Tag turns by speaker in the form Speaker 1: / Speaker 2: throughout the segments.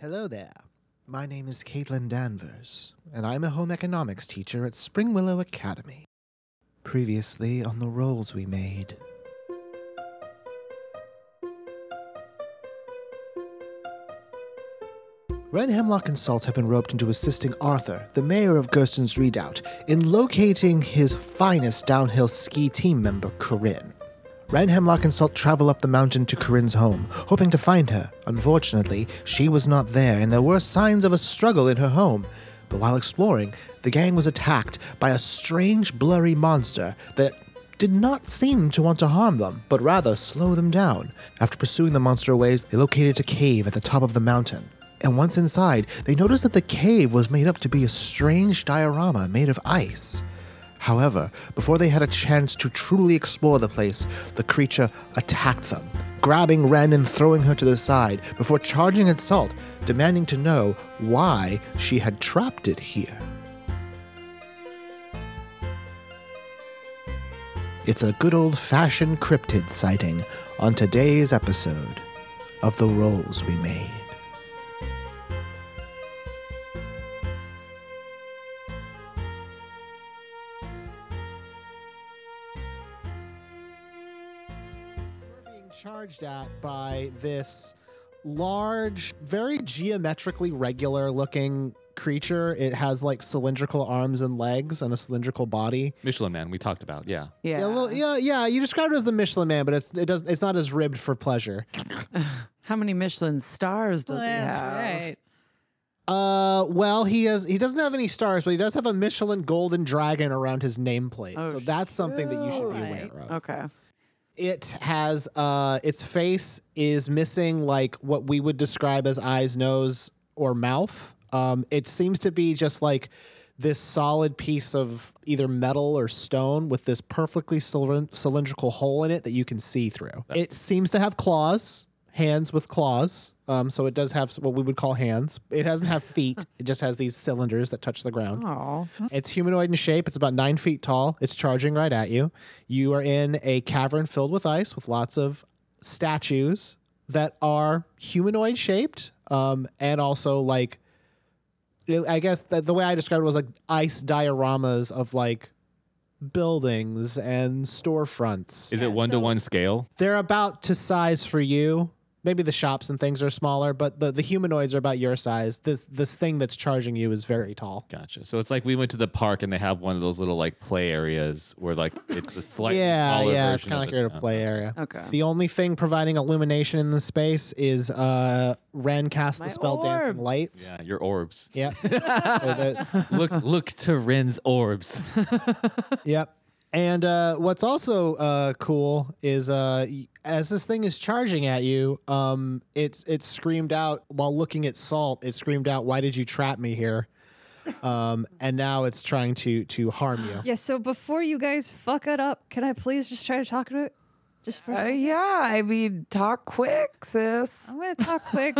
Speaker 1: Hello there. My name is Caitlin Danvers, and I'm a home economics teacher at Spring Willow Academy. Previously on the rolls we made. Ren Hemlock and Salt have been roped into assisting Arthur, the mayor of Gersten's Redoubt, in locating his finest downhill ski team member, Corinne. Ren Hemlock and Salt travel up the mountain to Corinne's home, hoping to find her. Unfortunately, she was not there, and there were signs of a struggle in her home. But while exploring, the gang was attacked by a strange, blurry monster that did not seem to want to harm them, but rather slow them down. After pursuing the monster a ways, they located a cave at the top of the mountain. And once inside, they noticed that the cave was made up to be a strange diorama made of ice. However, before they had a chance to truly explore the place, the creature attacked them, grabbing Ren and throwing her to the side before charging at Salt, demanding to know why she had trapped it here. It's a good old fashioned cryptid sighting on today's episode of The Rolls We Made. We're being charged at by this large, very geometrically regular looking creature. It has like cylindrical arms and legs and a cylindrical body.
Speaker 2: Michelin Man, we talked about. Yeah.
Speaker 3: Yeah.
Speaker 1: Yeah, well, e yeah, yeah. You described it as the Michelin Man, but it's it does it's not as ribbed for pleasure.
Speaker 3: How many Michelin stars does he have?
Speaker 1: Uh, well, he has he doesn't have any stars, but he does have a Michelin Golden Dragon around his nameplate,
Speaker 3: Oh,
Speaker 1: so that's something that you should be aware
Speaker 4: right.
Speaker 1: of.
Speaker 3: Okay.
Speaker 1: It has uh, its face is missing like what we would describe as eyes, nose, or mouth. Um, it seems to be just like this solid piece of either metal or stone with this perfectly cylind- cylindrical hole in it that you can see through. It seems to have claws, hands with claws. Um, so it does have s- what we would call hands. It doesn't have feet. it just has these cylinders that touch the ground.
Speaker 3: Oh.
Speaker 1: It's humanoid in shape. It's about nine feet tall. It's charging right at you. You are in a cavern filled with ice with lots of statues that are humanoid shaped um, and also like, I guess that the way I described it was like ice dioramas of like buildings and storefronts.
Speaker 2: Is
Speaker 4: Yeah,
Speaker 2: it one to
Speaker 4: so-
Speaker 2: one scale?
Speaker 1: They're about to size for you. Maybe the shops and things are smaller, but the, the humanoids are about your size. This this thing that's charging you is very tall.
Speaker 2: Gotcha. So it's like we went to the park and they have one of those little like play areas where like it's a slightly
Speaker 1: yeah,
Speaker 2: smaller
Speaker 1: yeah, it's
Speaker 2: version
Speaker 1: kind of like you're in
Speaker 2: it.
Speaker 1: a play area.
Speaker 3: Okay.
Speaker 1: The only thing providing illumination in the space is uh Ren cast
Speaker 3: My
Speaker 1: the spell dancing
Speaker 3: orbs.
Speaker 1: lights.
Speaker 2: Yeah, your orbs.
Speaker 1: Yep. So that-
Speaker 2: look, look to Ren's orbs.
Speaker 1: yep. And uh, what's also uh, cool is uh, y- as this thing is charging at you, um, it's it screamed out while looking at Salt. It screamed out, "Why did you trap me here?" Um, and now it's trying to to harm you.
Speaker 4: Yeah, so before you guys fuck it up, can I please just try to talk to it? Just for
Speaker 3: Uh, yeah. I mean, talk quick, sis.
Speaker 4: I'm gonna talk quick.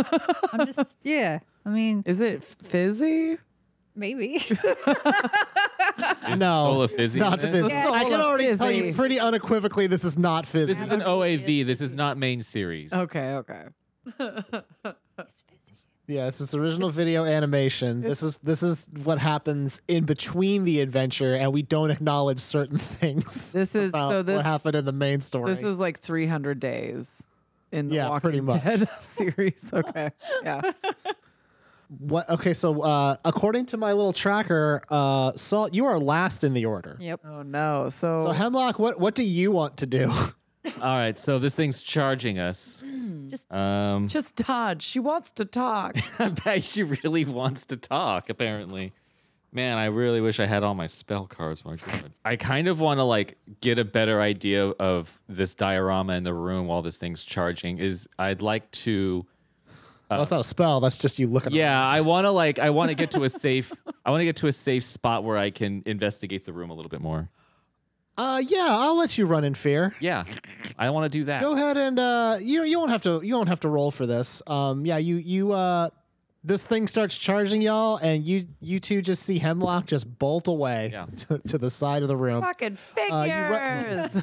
Speaker 4: I'm just yeah. I mean,
Speaker 3: Is it fizzy?
Speaker 4: maybe.
Speaker 2: Is
Speaker 1: No,
Speaker 2: Sola fizzy.
Speaker 1: Not
Speaker 2: in it?
Speaker 1: fizzy.
Speaker 3: Yeah.
Speaker 1: I can already tell you
Speaker 3: Fizzy.
Speaker 1: pretty unequivocally this is not fizzy.
Speaker 2: This is an OAV. This is not main series.
Speaker 3: Okay. Okay.
Speaker 1: Yeah, it's this original video animation. This is this is what happens in between the adventure, and we don't acknowledge certain things.
Speaker 3: This is
Speaker 1: about
Speaker 3: so. This
Speaker 1: what happened in the main story.
Speaker 3: this is like 300 days in the
Speaker 1: Yeah,
Speaker 3: Walking
Speaker 1: pretty much.
Speaker 3: Dead series. Okay. Yeah.
Speaker 1: what. Okay, so uh, according to my little tracker, uh, Salt, you are last in the order.
Speaker 4: yep.
Speaker 3: Oh no. So.
Speaker 1: So Hemlock, what what do you want to do?
Speaker 2: All right. So this thing's charging us.
Speaker 1: Hmm.
Speaker 4: Just-
Speaker 2: Um,
Speaker 3: just dodge. She wants to talk.
Speaker 2: I bet she really wants to talk, apparently. Man, I really wish I had all my spell cards marked. I kind of want to like get a better idea of this diorama in the room while this thing's charging. Is I'd like to
Speaker 1: Well, that's not a spell. That's just you looking.
Speaker 2: Yeah, I want to like I want to get to a safe I want to get to a safe spot where I can investigate the room a little bit more.
Speaker 1: around. Uh, yeah, I'll let you run in fear.
Speaker 2: Yeah. I want to do that.
Speaker 1: Go ahead and uh, you you won't have to you won't have to roll for this. Um, yeah, you you uh, this thing starts charging y'all, and you you two just see Hemlock just bolt away
Speaker 2: Yeah.
Speaker 1: to, to the side of the room.
Speaker 3: Fucking figures.
Speaker 1: you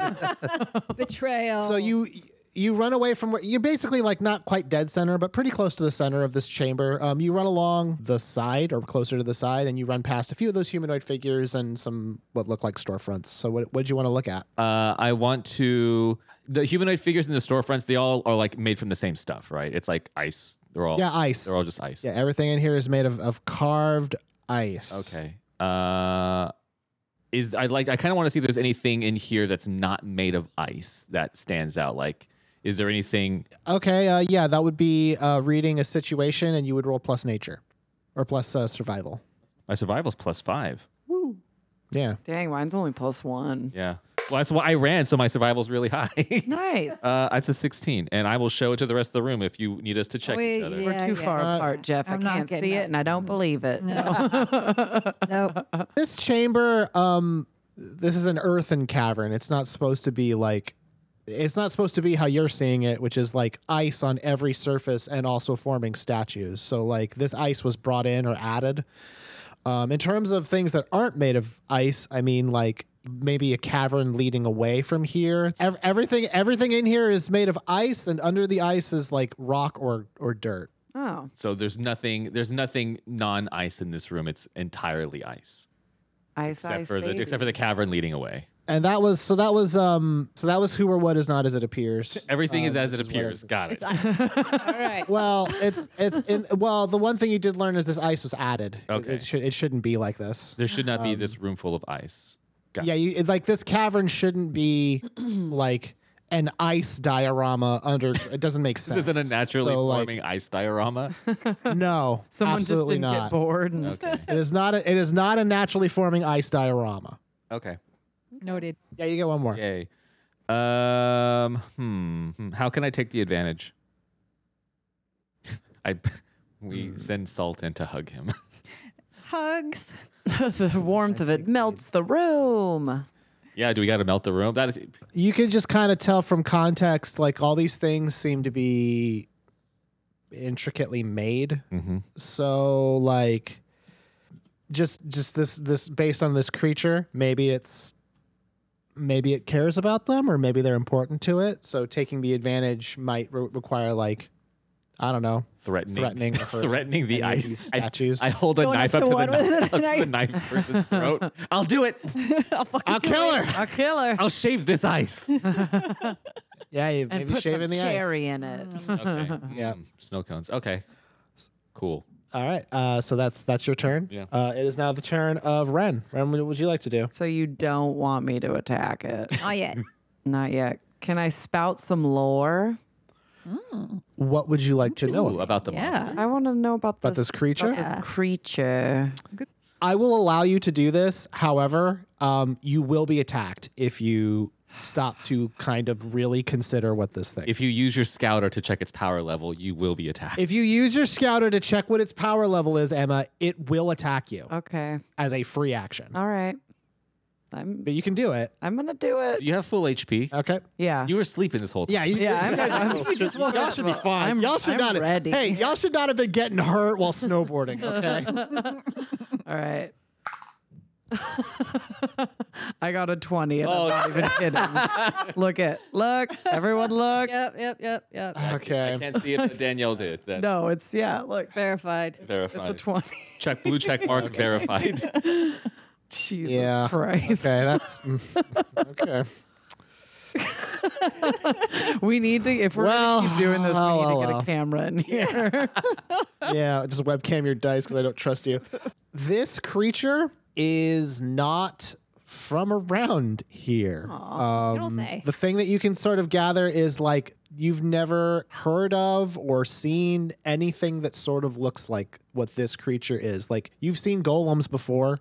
Speaker 1: ru-
Speaker 4: Betrayal.
Speaker 1: So you you run away from where you're basically like not quite dead center, but pretty close to the center of this chamber. Um, you run along the side or closer to the side, and you run past a few of those humanoid figures and some what look like storefronts. So, what what did you want to look at?
Speaker 2: Uh, I want to. The humanoid figures in the storefronts, they all are like made from the same stuff, right? It's like ice. They're all
Speaker 1: Yeah, ice.
Speaker 2: Oh, They're all just ice.
Speaker 1: Yeah, everything in here is made of, of carved ice.
Speaker 2: Okay. Uh, is I like I kind of want to see if there's anything in here that's not made of ice that stands out. Like, is there anything?
Speaker 1: Okay. Uh, yeah, that would be uh, reading a situation, and you would roll plus nature, or plus uh, survival.
Speaker 2: My survival's plus five.
Speaker 1: Yeah.
Speaker 3: Dang, mine's only plus one.
Speaker 2: Yeah. Well, that's why I ran, so my survival's really high.
Speaker 3: Nice.
Speaker 2: uh, that's a 16, and I will show it to the rest of the room if you need us to check each
Speaker 4: Wait,
Speaker 2: other.
Speaker 3: We're
Speaker 4: Yeah,
Speaker 3: too
Speaker 4: yeah.
Speaker 3: far
Speaker 1: Uh,
Speaker 3: apart, Jeff. I'm
Speaker 4: I'm
Speaker 3: I
Speaker 4: not
Speaker 3: can not
Speaker 4: getting
Speaker 3: see it
Speaker 4: that.
Speaker 3: and I don't believe it.
Speaker 4: Nope.
Speaker 1: This chamber, um, this is an earthen cavern. It's not supposed to be like, it's not supposed to be how you're seeing it, which is like ice on every surface and also forming statues. So like this ice was brought in or added. Um, in terms of things that aren't made of ice, I mean like maybe a cavern leading away from here. Ev- everything, everything in here is made of ice, and under the ice is like rock or or dirt.
Speaker 3: Oh,
Speaker 2: So there's nothing. There's nothing non-ice in this room. It's entirely ice,
Speaker 3: ice
Speaker 2: except
Speaker 3: ice
Speaker 2: for
Speaker 3: baby.
Speaker 2: the except for the cavern leading away.
Speaker 1: And that was so that was um so that was who or what is not as it appears.
Speaker 2: Everything is
Speaker 1: Um,
Speaker 2: as it
Speaker 1: which what
Speaker 2: appears. Got it.
Speaker 4: All right.
Speaker 1: Well, it's it's in well, the one thing you did learn is this ice was added. It-
Speaker 2: Okay.
Speaker 1: It, should it shouldn't be like this.
Speaker 2: There should not be this room full of ice. Got
Speaker 1: Yeah,
Speaker 2: it.
Speaker 1: you it, like this cavern shouldn't be like an ice diorama under it doesn't make sense.
Speaker 2: This isn't a naturally
Speaker 1: so, like,
Speaker 2: forming ice diorama.
Speaker 1: No.
Speaker 3: Someone just
Speaker 1: absolutely
Speaker 3: didn't
Speaker 1: not.
Speaker 3: get bored. And
Speaker 2: okay.
Speaker 1: It is not a, it is not a naturally forming ice diorama.
Speaker 2: Okay.
Speaker 4: Noted.
Speaker 1: Yeah, you get one more.
Speaker 2: Yay. Um. Hmm. hmm. How can I take the advantage? I. We
Speaker 1: Hmm.
Speaker 2: send Salt in to hug him.
Speaker 4: Hugs.
Speaker 3: the warmth of it melts the room.
Speaker 2: yeah. Do we got to melt the room? That is.
Speaker 1: You can just kind of tell from context like all these things seem to be intricately made.
Speaker 2: Mm-hmm.
Speaker 1: so like just just this this based on this creature maybe it's maybe it cares about them or maybe they're important to it so taking the advantage might re- require like i don't know
Speaker 2: Threatening.
Speaker 1: Threatening or hurting
Speaker 2: threatening the
Speaker 1: any of these
Speaker 2: ice. I,
Speaker 1: statues
Speaker 2: I hold a
Speaker 4: Going up
Speaker 2: knife up
Speaker 4: to
Speaker 2: to, the
Speaker 4: one with
Speaker 2: knife,
Speaker 4: a
Speaker 2: up to the knife person's throat. I'll do it.
Speaker 4: I'll fucking
Speaker 1: i'll kill her
Speaker 3: A killer.
Speaker 2: I'll shave this ice.
Speaker 1: yeah you-
Speaker 3: and
Speaker 1: maybe
Speaker 3: put
Speaker 1: shaving
Speaker 3: some
Speaker 1: the
Speaker 3: cherry
Speaker 1: ice
Speaker 3: in it.
Speaker 2: Okay.
Speaker 1: Yeah.
Speaker 2: Mm, Snow cones. Okay. Cool.
Speaker 1: all right uh, so that's that's your turn
Speaker 2: Yeah.
Speaker 1: uh, it is now the turn of ren ren what would you like to do
Speaker 3: So you don't want me to attack it.
Speaker 4: Not yet.
Speaker 3: Not yet. Can I spout some lore?
Speaker 1: what would you like to
Speaker 2: Ooh,
Speaker 1: know
Speaker 2: about the monster.
Speaker 4: Yeah.
Speaker 3: I want to know about this,
Speaker 1: About this creature?
Speaker 3: about
Speaker 4: Yeah.
Speaker 3: This creature.
Speaker 1: i will allow you to do this however um, you will be attacked if you stop to kind of really consider what this thing
Speaker 2: If you use your scouter to check its power level, you will be attacked.
Speaker 1: If you use your scouter to check what its power level is, Emma, it will attack you
Speaker 3: Okay.
Speaker 1: as a free action.
Speaker 3: All right. I'm
Speaker 1: But you can do it.
Speaker 3: I'm gonna do it.
Speaker 2: you have full HP.
Speaker 1: Okay.
Speaker 3: Yeah.
Speaker 2: You were sleeping this whole time.
Speaker 1: Uh, Yeah. You,
Speaker 3: Yeah,
Speaker 1: you
Speaker 3: I'm-
Speaker 1: guys,
Speaker 3: I'm-
Speaker 1: you just woke y'all should be fine.
Speaker 3: I'm-
Speaker 1: y'all should
Speaker 3: I'm
Speaker 1: not. have-
Speaker 3: ready.
Speaker 1: Hey, y'all should not have been getting hurt while snowboarding. Okay.
Speaker 3: All right. I got a 20 and
Speaker 2: Oh,
Speaker 3: I'm not even kidding. look at look. Everyone look.
Speaker 4: Yep, yep, yep, yep.
Speaker 2: I
Speaker 1: okay.
Speaker 2: can't see it, but Danielle did. That
Speaker 3: No, it's yeah, look.
Speaker 4: Verified.
Speaker 3: It's
Speaker 2: verified.
Speaker 3: a 20.
Speaker 2: check blue check mark verified.
Speaker 3: Jesus
Speaker 1: Yeah.
Speaker 3: Christ.
Speaker 1: Okay. That's mm, okay.
Speaker 3: We need to if we're
Speaker 1: Well,
Speaker 3: gonna keep doing this, we
Speaker 1: well,
Speaker 3: need to
Speaker 1: well,
Speaker 3: get
Speaker 1: well.
Speaker 3: a camera in here.
Speaker 1: Yeah. Just webcam your dice because I don't trust you. This creature is not from around here. Um,
Speaker 4: don't say.
Speaker 1: The thing that you can sort of gather is like you've never heard of or seen anything that sort of looks like what this creature is. Like you've seen golems before.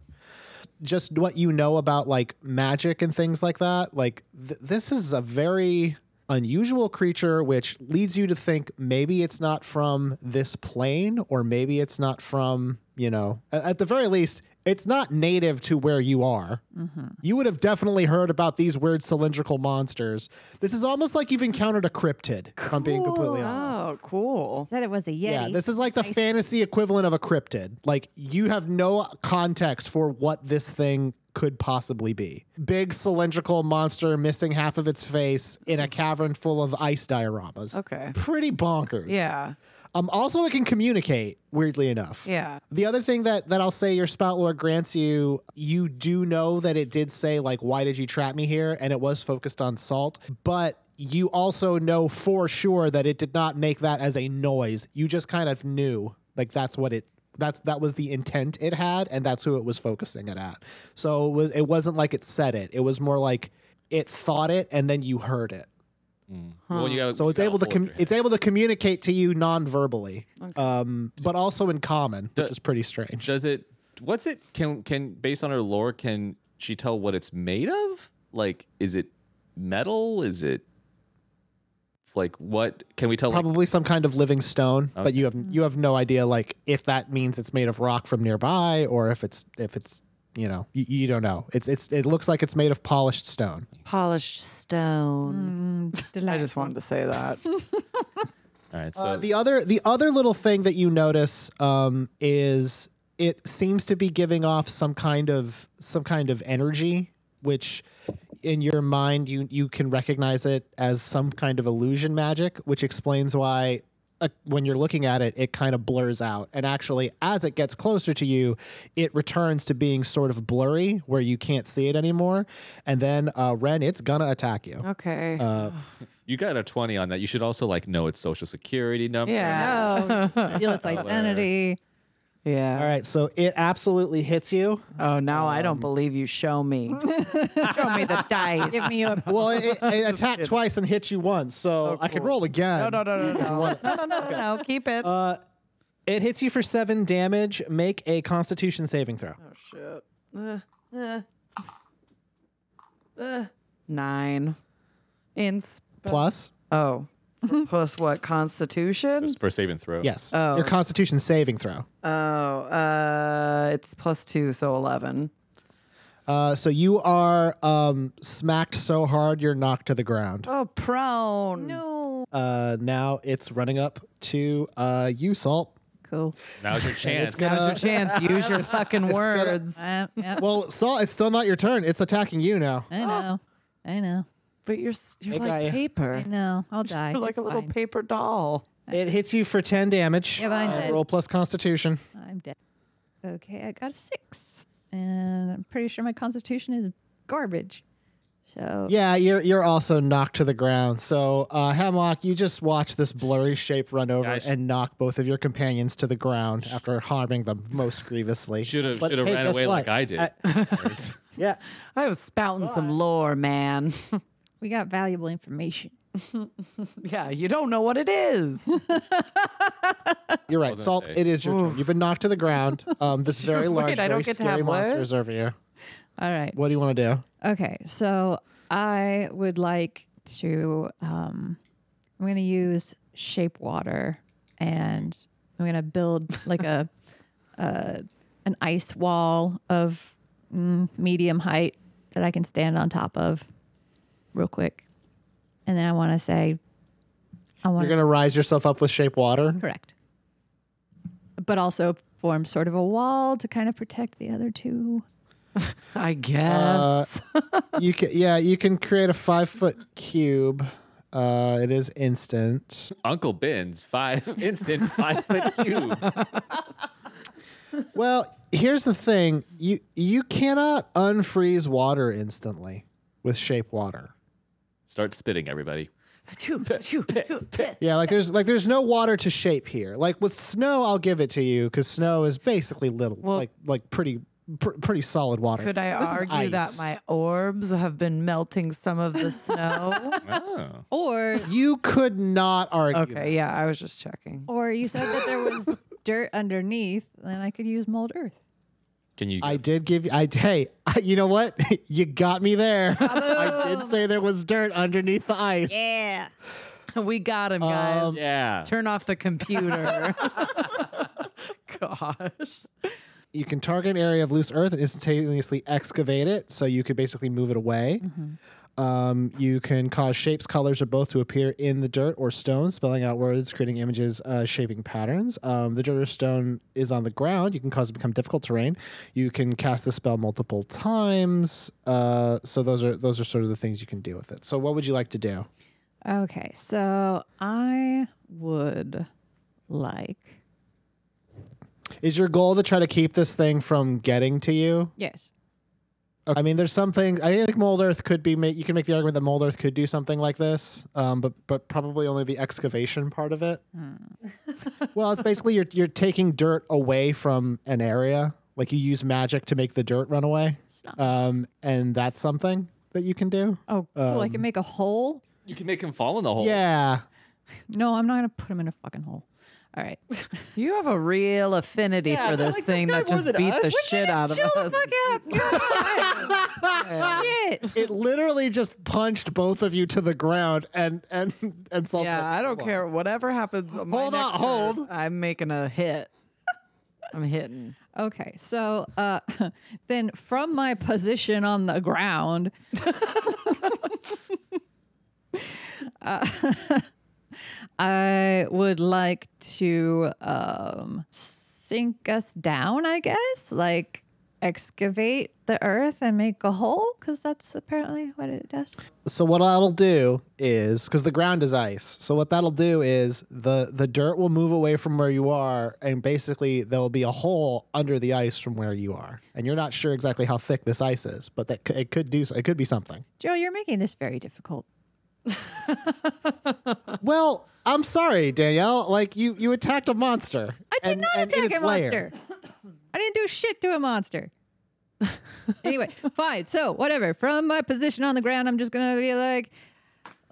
Speaker 1: Just what you know about like magic and things like that. Like th- this is a very unusual creature which leads you to think maybe it's not from this plane or maybe it's not from, you know, a- at the very least it's not native to where you are you would have definitely heard about these weird cylindrical monsters. This is almost like you've encountered a cryptid, if I'm being completely honest.
Speaker 3: oh, cool.
Speaker 4: Said it was a yeti.
Speaker 1: Yeah, this is like the fantasy equivalent of a cryptid. Like you have no context for what this thing could possibly be. Big cylindrical monster missing half of its face in a cavern full of ice dioramas.
Speaker 3: Okay.
Speaker 1: Pretty bonkers.
Speaker 3: Yeah.
Speaker 1: Um, also, it can communicate, weirdly enough.
Speaker 3: Yeah.
Speaker 1: The other thing that, that I'll say your spout lore grants you, you do know that it did say, like, why did you trap me here? And it was focused on salt. But you also know for sure that it did not make that as a noise. You just kind of knew, like, that's what it. That's that was the intent it had, and that's who it was focusing it at. So it was it wasn't like it said it. It was more like it thought it, and then you heard it.
Speaker 2: Well, you gotta,
Speaker 1: So
Speaker 2: you
Speaker 1: it's
Speaker 2: gotta
Speaker 1: able to
Speaker 2: hold
Speaker 1: com-
Speaker 2: your hand.
Speaker 1: it's able to communicate to you non-verbally, um, but also in common, which
Speaker 2: Do-
Speaker 1: is pretty strange.
Speaker 2: Does it? What's it? Can can based on her lore, can she tell what it's made of? Like, is it metal? Is it like what? Can we tell? like,
Speaker 1: Probably some kind of living stone, but you have you have no idea like if that means it's made of rock from nearby or if it's if it's you know you, you don't know. It's it's it looks like it's made of polished stone.
Speaker 3: Polished stone. I just wanted to say that.
Speaker 2: all right. So
Speaker 1: Uh, the other the other little thing that you notice um, is it seems to be giving off some kind of some kind of energy, which in your mind you you can recognize it as some kind of illusion magic, which explains why. Uh, when you're looking at it, it kind of blurs out. And actually, as it gets closer to you, it returns to being sort of blurry where you can't see it anymore. And then, uh, Ren, it's gonna attack you.
Speaker 4: Mm.
Speaker 3: Okay.
Speaker 1: Uh,
Speaker 2: you got a twenty on that. You should also like know its social security number.
Speaker 3: yeah.
Speaker 4: No, steal its identity.
Speaker 3: Yeah.
Speaker 1: All right, Um, so it absolutely hits you.
Speaker 3: Oh, now I don't believe you. Show me. Show me the dice.
Speaker 4: Give me a
Speaker 1: Well, it, it- it attacked twice and hit you once, so I can
Speaker 3: Oh, cool.
Speaker 1: roll again.
Speaker 3: No, no, no, no, no. no, no, no, no, no. Keep it.
Speaker 1: Uh, it hits you for seven damage. Make a Constitution saving throw.
Speaker 3: oh, shit. Uh, uh, uh. Nine. In. Sp-
Speaker 1: Plus,
Speaker 3: oh. Plus what? Constitution?
Speaker 2: Just for saving throw.
Speaker 1: yes,
Speaker 3: Oh.
Speaker 1: your Constitution saving throw.
Speaker 3: Oh, uh, it's plus two, so 11.
Speaker 1: Uh, so you are um, smacked so hard you're knocked to the ground.
Speaker 3: Oh, prone.
Speaker 4: no.
Speaker 1: Uh, now it's running up to uh, you, Salt.
Speaker 4: Cool.
Speaker 2: Now's your chance.
Speaker 1: It's gonna-
Speaker 3: Now's your chance. Use your fucking
Speaker 1: gonna-
Speaker 3: words.
Speaker 4: I, yeah,
Speaker 1: Well, Salt, it's still not your turn. It's attacking you now.
Speaker 4: I know. I know.
Speaker 3: but you're s- you're
Speaker 1: Hey,
Speaker 3: like
Speaker 1: guy.
Speaker 4: I
Speaker 3: paper.
Speaker 4: know. I'll die.
Speaker 3: You're like
Speaker 4: It's
Speaker 3: a little
Speaker 4: fine.
Speaker 3: paper doll.
Speaker 1: It hits you for ten damage. Uh,
Speaker 4: Yeah, but I'm dead.
Speaker 1: roll plus Constitution.
Speaker 4: I'm dead. Okay, I got a six, and I'm pretty sure my constitution is garbage. So
Speaker 1: Yeah, you're you're also knocked to the ground. So uh, Hemlock, you just watch this blurry shape run over
Speaker 2: Guys.
Speaker 1: and knock both of your companions to the ground after harming them most grievously.
Speaker 2: Should have
Speaker 1: But
Speaker 2: should have
Speaker 1: hey,
Speaker 2: ran
Speaker 1: guess
Speaker 2: away
Speaker 1: what?
Speaker 2: like I did.
Speaker 1: I- yeah,
Speaker 3: I was spouting some lore, man.
Speaker 4: we got valuable information.
Speaker 3: yeah, you don't know what it is.
Speaker 1: you're right.
Speaker 2: done,
Speaker 1: Salt,
Speaker 2: Dave.
Speaker 1: it is your turn. You've been knocked to the ground. Um, this very large,
Speaker 3: I don't
Speaker 1: very
Speaker 3: get to
Speaker 1: scary
Speaker 3: have
Speaker 1: monster
Speaker 3: words?
Speaker 1: is over you.
Speaker 4: All right.
Speaker 1: What do you want to do?
Speaker 4: Okay, so I would like to. Um, I'm going to use shape water, and I'm going to build like a uh, an ice wall of mm, medium height that I can stand on top of, real quick. And then I want to say, I want
Speaker 1: You're gonna rise yourself up with shape water.
Speaker 4: correct, but also form sort of a wall to kind of protect the other two.
Speaker 3: I
Speaker 1: Uh,
Speaker 3: guess.
Speaker 1: you can, yeah, you can create a five foot cube. Uh, it is instant.
Speaker 2: Uncle Ben's five instant five foot cube.
Speaker 1: Well, here's the thing: you you cannot unfreeze water instantly with shape water.
Speaker 2: Start spitting, everybody.
Speaker 1: Yeah, like there's like there's no water to shape here. Like with snow, I'll give it to you because snow is basically little, like like pretty pr- pretty solid water.
Speaker 3: Could I
Speaker 1: This is
Speaker 3: argue that
Speaker 1: ice.
Speaker 3: my orbs have been melting some of the snow?
Speaker 2: Oh.
Speaker 4: Or
Speaker 1: You could not argue.
Speaker 3: okay, yeah, I was just checking.
Speaker 4: Or you said that there was dirt underneath, then I could use mold earth.
Speaker 2: Can you?
Speaker 1: I did give you. I hey, I, you know what? you got me there. I did say there was dirt underneath the ice.
Speaker 4: Yeah.
Speaker 3: we got him, guys.
Speaker 1: Um,
Speaker 2: yeah.
Speaker 3: Turn off the computer. Gosh.
Speaker 1: you can target an area of loose earth and instantaneously excavate it. So you could basically move it away. Um, you can cause shapes, colors, or both to appear in the dirt or stone, spelling out words, creating images, uh, shaping patterns. Um, the dirt or stone is on the ground. You can cause it to become difficult terrain. You can cast the spell multiple times. Uh, so those are those are sort of the things you can do with it. So what would you like to do?
Speaker 4: Okay, so I would like.
Speaker 1: Is your goal to try to keep this thing from getting to you?
Speaker 4: Yes.
Speaker 1: Okay. I mean, there's some things. I think Mold Earth could be. ma- You can make the argument that Mold Earth could do something like this, um, but but probably only the excavation part of it. well, it's basically you're you're taking dirt away from an area. Like you use magic to make the dirt run away,
Speaker 4: not-
Speaker 1: um, and that's something that you can do.
Speaker 4: Oh, cool. I
Speaker 3: Um,
Speaker 4: can make a hole.
Speaker 2: You can make him fall in the hole.
Speaker 1: Yeah,
Speaker 4: No, I'm not gonna put him in a fucking hole. All right.
Speaker 3: You have a real affinity
Speaker 5: Yeah,
Speaker 3: for
Speaker 5: they're
Speaker 3: this
Speaker 5: like, this
Speaker 3: thing
Speaker 5: guy
Speaker 3: that
Speaker 5: more
Speaker 3: just
Speaker 5: than
Speaker 3: beat
Speaker 5: us.
Speaker 3: the
Speaker 5: Would you
Speaker 3: shit
Speaker 5: just
Speaker 3: out of
Speaker 5: chill the
Speaker 3: us.
Speaker 4: Shit.
Speaker 1: it literally just punched both of you to the ground, and and and Salt
Speaker 3: Yeah,
Speaker 1: went,
Speaker 3: I don't
Speaker 1: "Whoa."
Speaker 3: care. Whatever happens, on my
Speaker 1: Hold on,
Speaker 3: next
Speaker 1: hold.
Speaker 3: turn, I'm making a hit. I'm hitting.
Speaker 4: Okay, so uh, then from my position on the ground, uh, I would like to um, sink us down, I guess, like excavate the earth and make a hole, because that's apparently what it does.
Speaker 1: so what that'll do is because the ground is ice so what that'll do is the the dirt will move away from where you are and basically there'll be a hole under the ice from where you are and you're not sure exactly how thick this ice is but that c- it could do s- it could be something
Speaker 4: Joe, you're making this very difficult.
Speaker 1: well i'm sorry danielle like you you attacked a monster
Speaker 4: I did
Speaker 1: and-
Speaker 4: not
Speaker 1: and in
Speaker 4: attack
Speaker 1: its
Speaker 4: a
Speaker 1: lair.
Speaker 4: monster. I didn't do shit to a monster. anyway, fine. So whatever. From my position on the ground, I'm just gonna be like,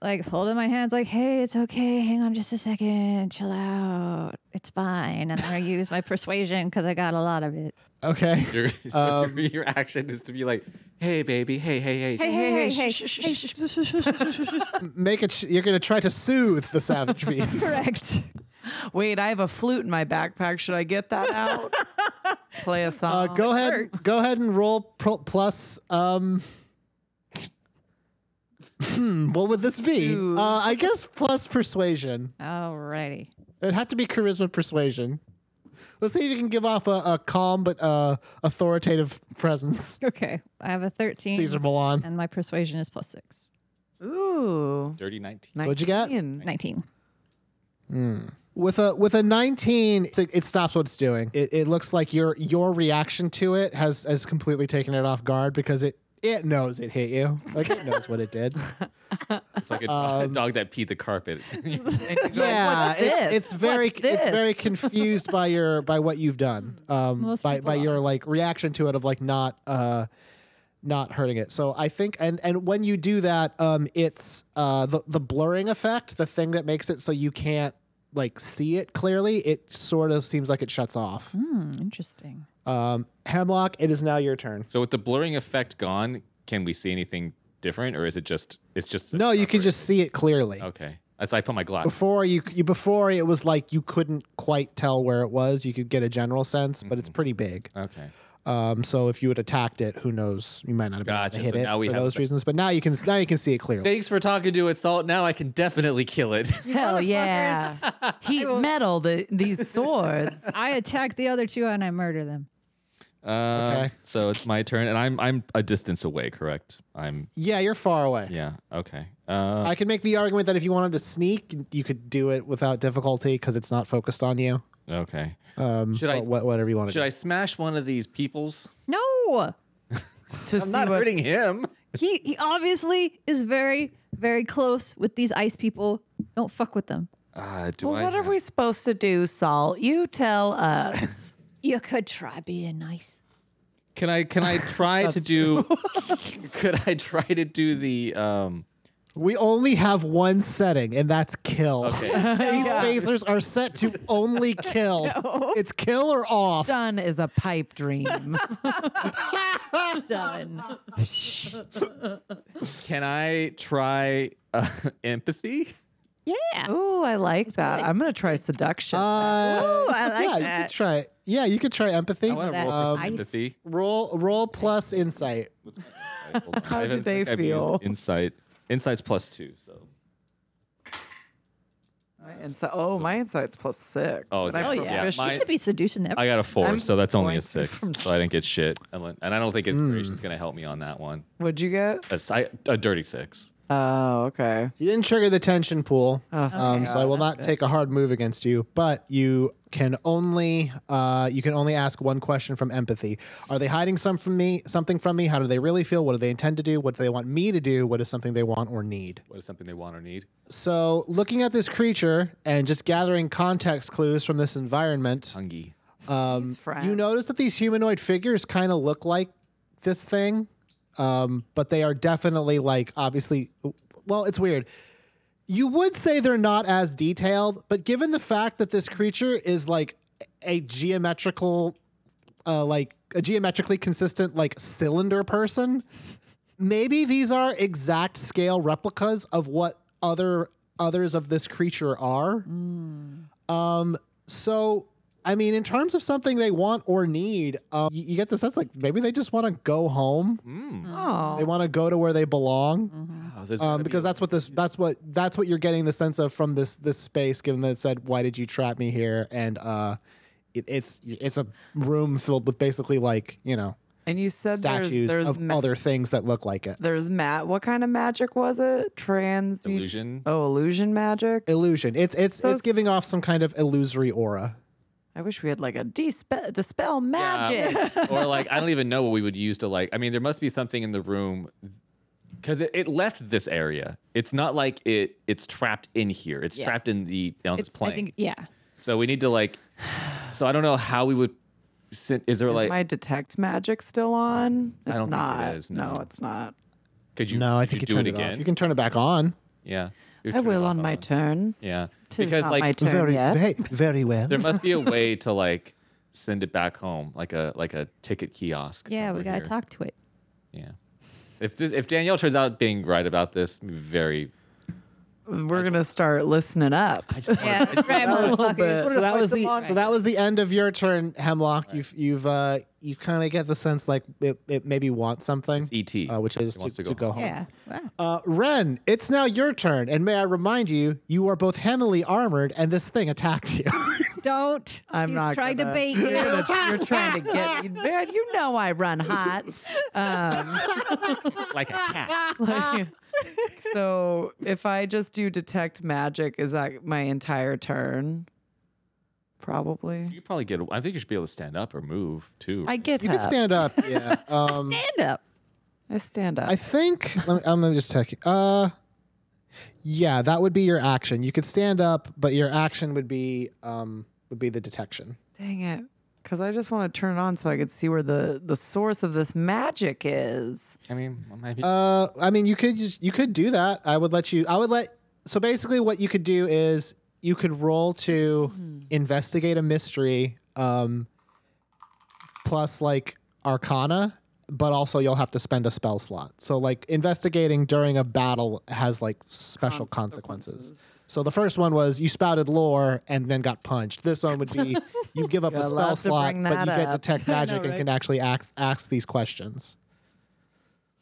Speaker 4: like holding my hands, like, hey, it's okay. Hang on just a second. Chill out. It's fine. I'm gonna use my persuasion because I got a lot of it.
Speaker 1: okay
Speaker 2: Your, so
Speaker 1: Um,
Speaker 2: your, your action is to be like, hey, baby, hey, hey, hey.
Speaker 4: Hey, hey, hey, hey. hey,
Speaker 1: make it sh- you're gonna try to soothe the savage beast
Speaker 4: Correct.
Speaker 3: Wait, I have a flute in my backpack. Should I get that out? Play a
Speaker 1: uh,
Speaker 3: song.
Speaker 1: go ahead go ahead and roll pro- plus um hmm, what would this be
Speaker 3: Two.
Speaker 1: uh, i guess plus persuasion
Speaker 4: Alrighty.
Speaker 1: it'd have to be charisma persuasion let's see if you can give off a, a calm but uh, authoritative presence
Speaker 4: Okay. I have a 13,
Speaker 1: caesar milan
Speaker 4: and my persuasion is plus six.
Speaker 3: Ooh.
Speaker 2: Dirty 19.
Speaker 1: So what'd you get?
Speaker 3: 19.
Speaker 4: 19.
Speaker 1: with a with a 19 it's like- it stops what it's doing it, it looks like your your reaction to it has has completely taken it off guard because it it knows it hit you like it knows what it did
Speaker 2: It's like a, a
Speaker 1: Um,
Speaker 2: dog that peed the carpet.
Speaker 1: yeah,
Speaker 3: "What's
Speaker 1: it's,
Speaker 3: this?
Speaker 1: it's very
Speaker 3: What's this?"
Speaker 1: it's very confused by your by what you've done. Um,
Speaker 4: Most
Speaker 1: by by
Speaker 4: people
Speaker 1: your like reaction to it of like not uh, not hurting it. So I think and and when you do that, um, it's uh the the blurring effect, the thing that makes it so you can't like see it clearly. It sort of seems like it shuts off.
Speaker 4: Hmm. Interesting.
Speaker 1: Um, Hemlock, it is now your turn.
Speaker 2: so with the blurring effect gone, can we see anything different, or is it just it's just a
Speaker 1: No, you can
Speaker 2: cover?
Speaker 1: just see it clearly.
Speaker 2: okay. That's I put my glass.
Speaker 1: Before you, you before it was like you couldn't quite tell where it was. You could get a general sense, but it's pretty big.
Speaker 2: Okay.
Speaker 1: Um, so if you had attacked it, who knows? You might not have been able
Speaker 2: Gotcha.
Speaker 1: to hit
Speaker 2: So
Speaker 1: it
Speaker 2: now we
Speaker 1: for
Speaker 2: have
Speaker 1: those
Speaker 2: the-
Speaker 1: reasons. But now you can now you can see it clearly.
Speaker 2: Thanks for talking to it, Salt. Now I can definitely kill it.
Speaker 3: Hell yeah. Heat metal, the, these swords.
Speaker 4: I attack the other two and I murder them.
Speaker 2: Uh,
Speaker 1: Okay.
Speaker 2: So it's my turn, and I'm I'm a distance away, correct? I'm
Speaker 1: Yeah, you're far away.
Speaker 2: yeah. Okay. Uh,
Speaker 1: I can make the argument that if you wanted to sneak, you could do it without difficulty because it's not focused on you.
Speaker 2: okay.
Speaker 1: Um,
Speaker 2: Should I-
Speaker 1: but wha- whatever you want to
Speaker 2: Should
Speaker 1: do.
Speaker 2: I smash one of these peoples?
Speaker 4: No,
Speaker 3: To
Speaker 2: I'm
Speaker 3: see
Speaker 2: not
Speaker 3: what-
Speaker 2: hurting him.
Speaker 4: he he obviously is very very close with these ice people. Don't fuck with them.
Speaker 2: Uh, do
Speaker 3: Well,
Speaker 2: I
Speaker 3: what are
Speaker 2: have-
Speaker 3: we supposed to do, Saul? You tell us.
Speaker 4: You could try being nice.
Speaker 2: Can I can I try to
Speaker 3: That's
Speaker 2: do? could I try to do the um?
Speaker 1: We only have one setting, and that's kill.
Speaker 2: Okay.
Speaker 1: These phasers are set to only kill. It's kill or off.
Speaker 3: Done is a pipe dream.
Speaker 4: Done.
Speaker 2: Can I try uh, empathy?
Speaker 4: Yeah.
Speaker 3: Ooh, I like that.
Speaker 4: good.
Speaker 3: I'm gonna try seduction.
Speaker 1: Uh,
Speaker 4: Ooh, I like
Speaker 1: yeah, you
Speaker 4: that.
Speaker 1: could try it. Yeah, you could try empathy.
Speaker 2: I want to
Speaker 4: that
Speaker 2: roll for some
Speaker 4: ice.
Speaker 2: empathy.
Speaker 1: roll roll plus insight.
Speaker 2: Wait, hold on.
Speaker 3: How
Speaker 2: I
Speaker 3: do
Speaker 2: haven't-
Speaker 3: they
Speaker 2: I've used
Speaker 3: feel?
Speaker 2: Insight. Insight's plus two. So
Speaker 3: My insight. Oh, my insight's plus six.
Speaker 2: Oh,
Speaker 3: and I'm
Speaker 2: yeah.
Speaker 4: Oh
Speaker 2: Oh,
Speaker 4: yeah,
Speaker 2: yeah.
Speaker 4: she
Speaker 2: My-
Speaker 4: should be seducing everyone.
Speaker 2: I got a 4
Speaker 3: I'm
Speaker 2: so that's only
Speaker 3: going
Speaker 2: a six.
Speaker 3: from- Hmm.
Speaker 2: So I didn't get shit, and and I don't think inspiration's gonna help me on that one.
Speaker 3: What'd you get?
Speaker 2: A, si- a dirty six.
Speaker 3: Oh, okay.
Speaker 1: You didn't trigger the tension pool, um, so I will not
Speaker 4: that's
Speaker 1: take a hard move against you. But you can only uh, you can only ask one question from empathy. Are they hiding some from me? Something from me? How do they really feel? What do they intend to do? What do they want me to do? What is something they want or need?
Speaker 2: What is something they want or need?
Speaker 1: So, looking at this creature and just gathering context clues from this environment,
Speaker 2: Hungy.
Speaker 3: It's friend.
Speaker 1: you notice that these humanoid figures kind of look like this thing, um, but they are definitely like obviously. Well, it's weird. You would say they're not as detailed, but given the fact that this creature is like a geometrical, uh, like a geometrically consistent like cylinder person, maybe these are exact scale replicas of what other others of this creature are. Um, so I mean, in terms of something they want or need, um, you, you get the sense like maybe they just want to go home.
Speaker 2: Mm.
Speaker 1: They
Speaker 3: Oh,
Speaker 1: want to go to where they belong.
Speaker 3: Mm-hmm.
Speaker 2: Wow, there's gotta
Speaker 1: Um,
Speaker 2: be
Speaker 1: because
Speaker 2: a-
Speaker 1: that's what this that's what that's what you're getting the sense of from this this space. Given that it said, "Why did you trap me here?" and uh, it, it's it's a room filled with basically like you know
Speaker 3: and you said there's
Speaker 1: statues
Speaker 3: there's
Speaker 1: of
Speaker 3: ma-
Speaker 1: other things that look like it.
Speaker 3: there's Matt. What kind of magic was it? Trans
Speaker 2: illusion.
Speaker 3: Oh, illusion magic.
Speaker 1: Illusion. It's it's it's
Speaker 3: it's-
Speaker 1: giving off some kind of illusory aura.
Speaker 3: I wish we had like a dispe- dispel magic.
Speaker 2: Yeah. or like I don't even know what we would use to like. I mean, there must be something in the room because it, it left this area. It's not like it it's trapped in here. It's
Speaker 4: Yeah.
Speaker 2: trapped in the on this plane.
Speaker 4: I think yeah.
Speaker 2: so we need to like. So I don't know how we would. Sit, is there
Speaker 3: Is
Speaker 2: like?
Speaker 3: my detect magic still on? It's
Speaker 2: I don't think it
Speaker 3: not.
Speaker 2: is, no.
Speaker 3: it's not.
Speaker 2: could you?
Speaker 1: no, I
Speaker 2: could
Speaker 1: think you,
Speaker 2: you, do
Speaker 1: turned
Speaker 2: it
Speaker 1: it, off.
Speaker 2: again.
Speaker 1: You can turn it back on.
Speaker 2: yeah. You
Speaker 3: I
Speaker 2: turn it
Speaker 3: will
Speaker 2: off
Speaker 3: on my turn.
Speaker 2: Yeah.
Speaker 3: Tis
Speaker 2: Because
Speaker 3: not
Speaker 2: like
Speaker 3: my turn
Speaker 1: very
Speaker 3: yet.
Speaker 1: very very well.
Speaker 2: there must be a way to like send it back home, like a like a ticket kiosk.
Speaker 4: Yeah, we
Speaker 2: somewhere
Speaker 4: gotta
Speaker 2: here.
Speaker 4: talk to it.
Speaker 2: Yeah. If this, if Danielle turns out being right about this, very.
Speaker 3: We're gonna start listening up.
Speaker 2: I just
Speaker 4: Yeah, that's right, motherfuckers.
Speaker 1: so that was the so that was the end of your turn, Hemlock. You've you've uh, you kind of get the sense like it, it maybe wants something,
Speaker 2: E.T.
Speaker 1: uh, which is to,
Speaker 2: wants
Speaker 1: to, go, home.
Speaker 4: Yeah. Wow.
Speaker 1: Uh, Ren, it's now your turn, and may I remind you, you are both heavily armored, and this thing attacked you.
Speaker 4: Don't.
Speaker 3: I'm
Speaker 4: He's
Speaker 3: not
Speaker 4: trying to
Speaker 3: gonna-
Speaker 4: bait you.
Speaker 3: You're gonna- you're trying to get me, man. You know I run hot. Um,
Speaker 2: like a cat.
Speaker 3: like- so if I just do detect magic, is that my entire turn? Probably.
Speaker 2: You probably get. I think you should be able to stand up or move too.
Speaker 3: I get
Speaker 1: you can
Speaker 3: up.
Speaker 1: stand up. Yeah. Um,
Speaker 4: Stand up.
Speaker 3: I stand up.
Speaker 1: I think let me, I'm gonna just check. Uh, yeah, that would be your action. You could stand up, but your action would be um would be the detection.
Speaker 3: Dang it. Because I just want to turn it on so I could see where the, the source of this magic is.
Speaker 2: I mean, well, maybe.
Speaker 1: Uh, I mean, you could just you could do that. I would let you. I would let. So basically, what you could do is you could roll to
Speaker 3: Hmm.
Speaker 1: investigate a mystery, um, plus like Arcana, but also you'll have to spend a spell slot. So like investigating during a battle has like special consequences. So the first one was you spouted lore and then got punched. This one would be you give up a
Speaker 3: You're
Speaker 1: spell
Speaker 3: allowed to
Speaker 1: slot,
Speaker 3: bring
Speaker 1: but
Speaker 3: that
Speaker 1: you get
Speaker 3: up.
Speaker 1: detect magic and can actually ask, ask these questions.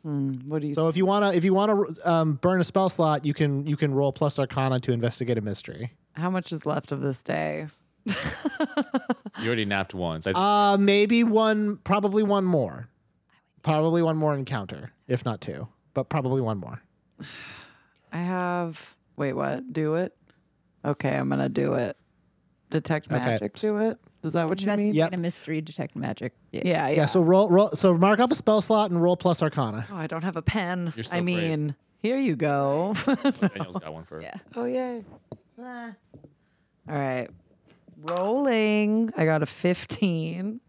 Speaker 3: Hmm, what do you
Speaker 1: So if you wanna if you wanna um, burn a spell slot, you can you can roll plus Arcana to investigate a mystery.
Speaker 3: How much is left of this day?
Speaker 2: you already napped once. I,
Speaker 1: Uh, maybe one, probably one more, probably one more encounter, if not two, but probably one more.
Speaker 3: I have. Wait, what? Do it? Okay, I'm going to do it. Detect
Speaker 1: Okay.
Speaker 3: magic, do it? Is that what you mean?
Speaker 4: Investigate
Speaker 1: Yep.
Speaker 4: a mystery, detect magic.
Speaker 3: Yeah, yeah.
Speaker 1: Yeah. So roll roll. So mark off a spell slot and roll plus Arcana.
Speaker 3: oh, I don't have a pen.
Speaker 2: You're so
Speaker 3: I
Speaker 2: brave.
Speaker 3: mean, here you go.
Speaker 1: uh,
Speaker 2: Danielle's got one for.
Speaker 4: Yeah.
Speaker 3: oh, yay. Ah. All right. Rolling. I got a 15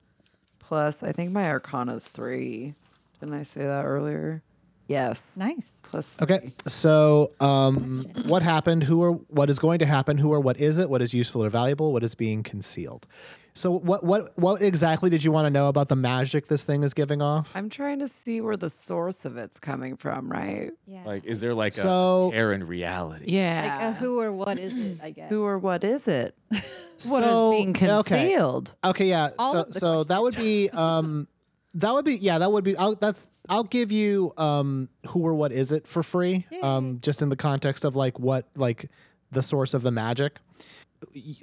Speaker 3: plus, I think my arcana's three. Didn't I say that earlier? Yes.
Speaker 4: Nice.
Speaker 3: Plus
Speaker 1: Okay. So um, what happened? Who or what is going to happen? Who or what is it? What is useful or valuable? What is being concealed? So what what what exactly did you want to know about the magic this thing is giving off?
Speaker 3: I'm trying to see where the source of it's coming from, right?
Speaker 4: Yeah.
Speaker 2: Like, is there like
Speaker 1: So-
Speaker 2: a hair in reality?
Speaker 3: Yeah.
Speaker 4: Like uh, a who or what is it? I guess.
Speaker 3: Who or what is it? What is
Speaker 1: So,
Speaker 3: being
Speaker 1: okay.
Speaker 3: concealed?
Speaker 1: Okay, yeah.
Speaker 4: All
Speaker 1: so
Speaker 4: of the
Speaker 1: so that would be um That would be yeah. That would be. I'll, that's. I'll give you um, who or what is it for free. Um, just in the context of like what like the source of the magic.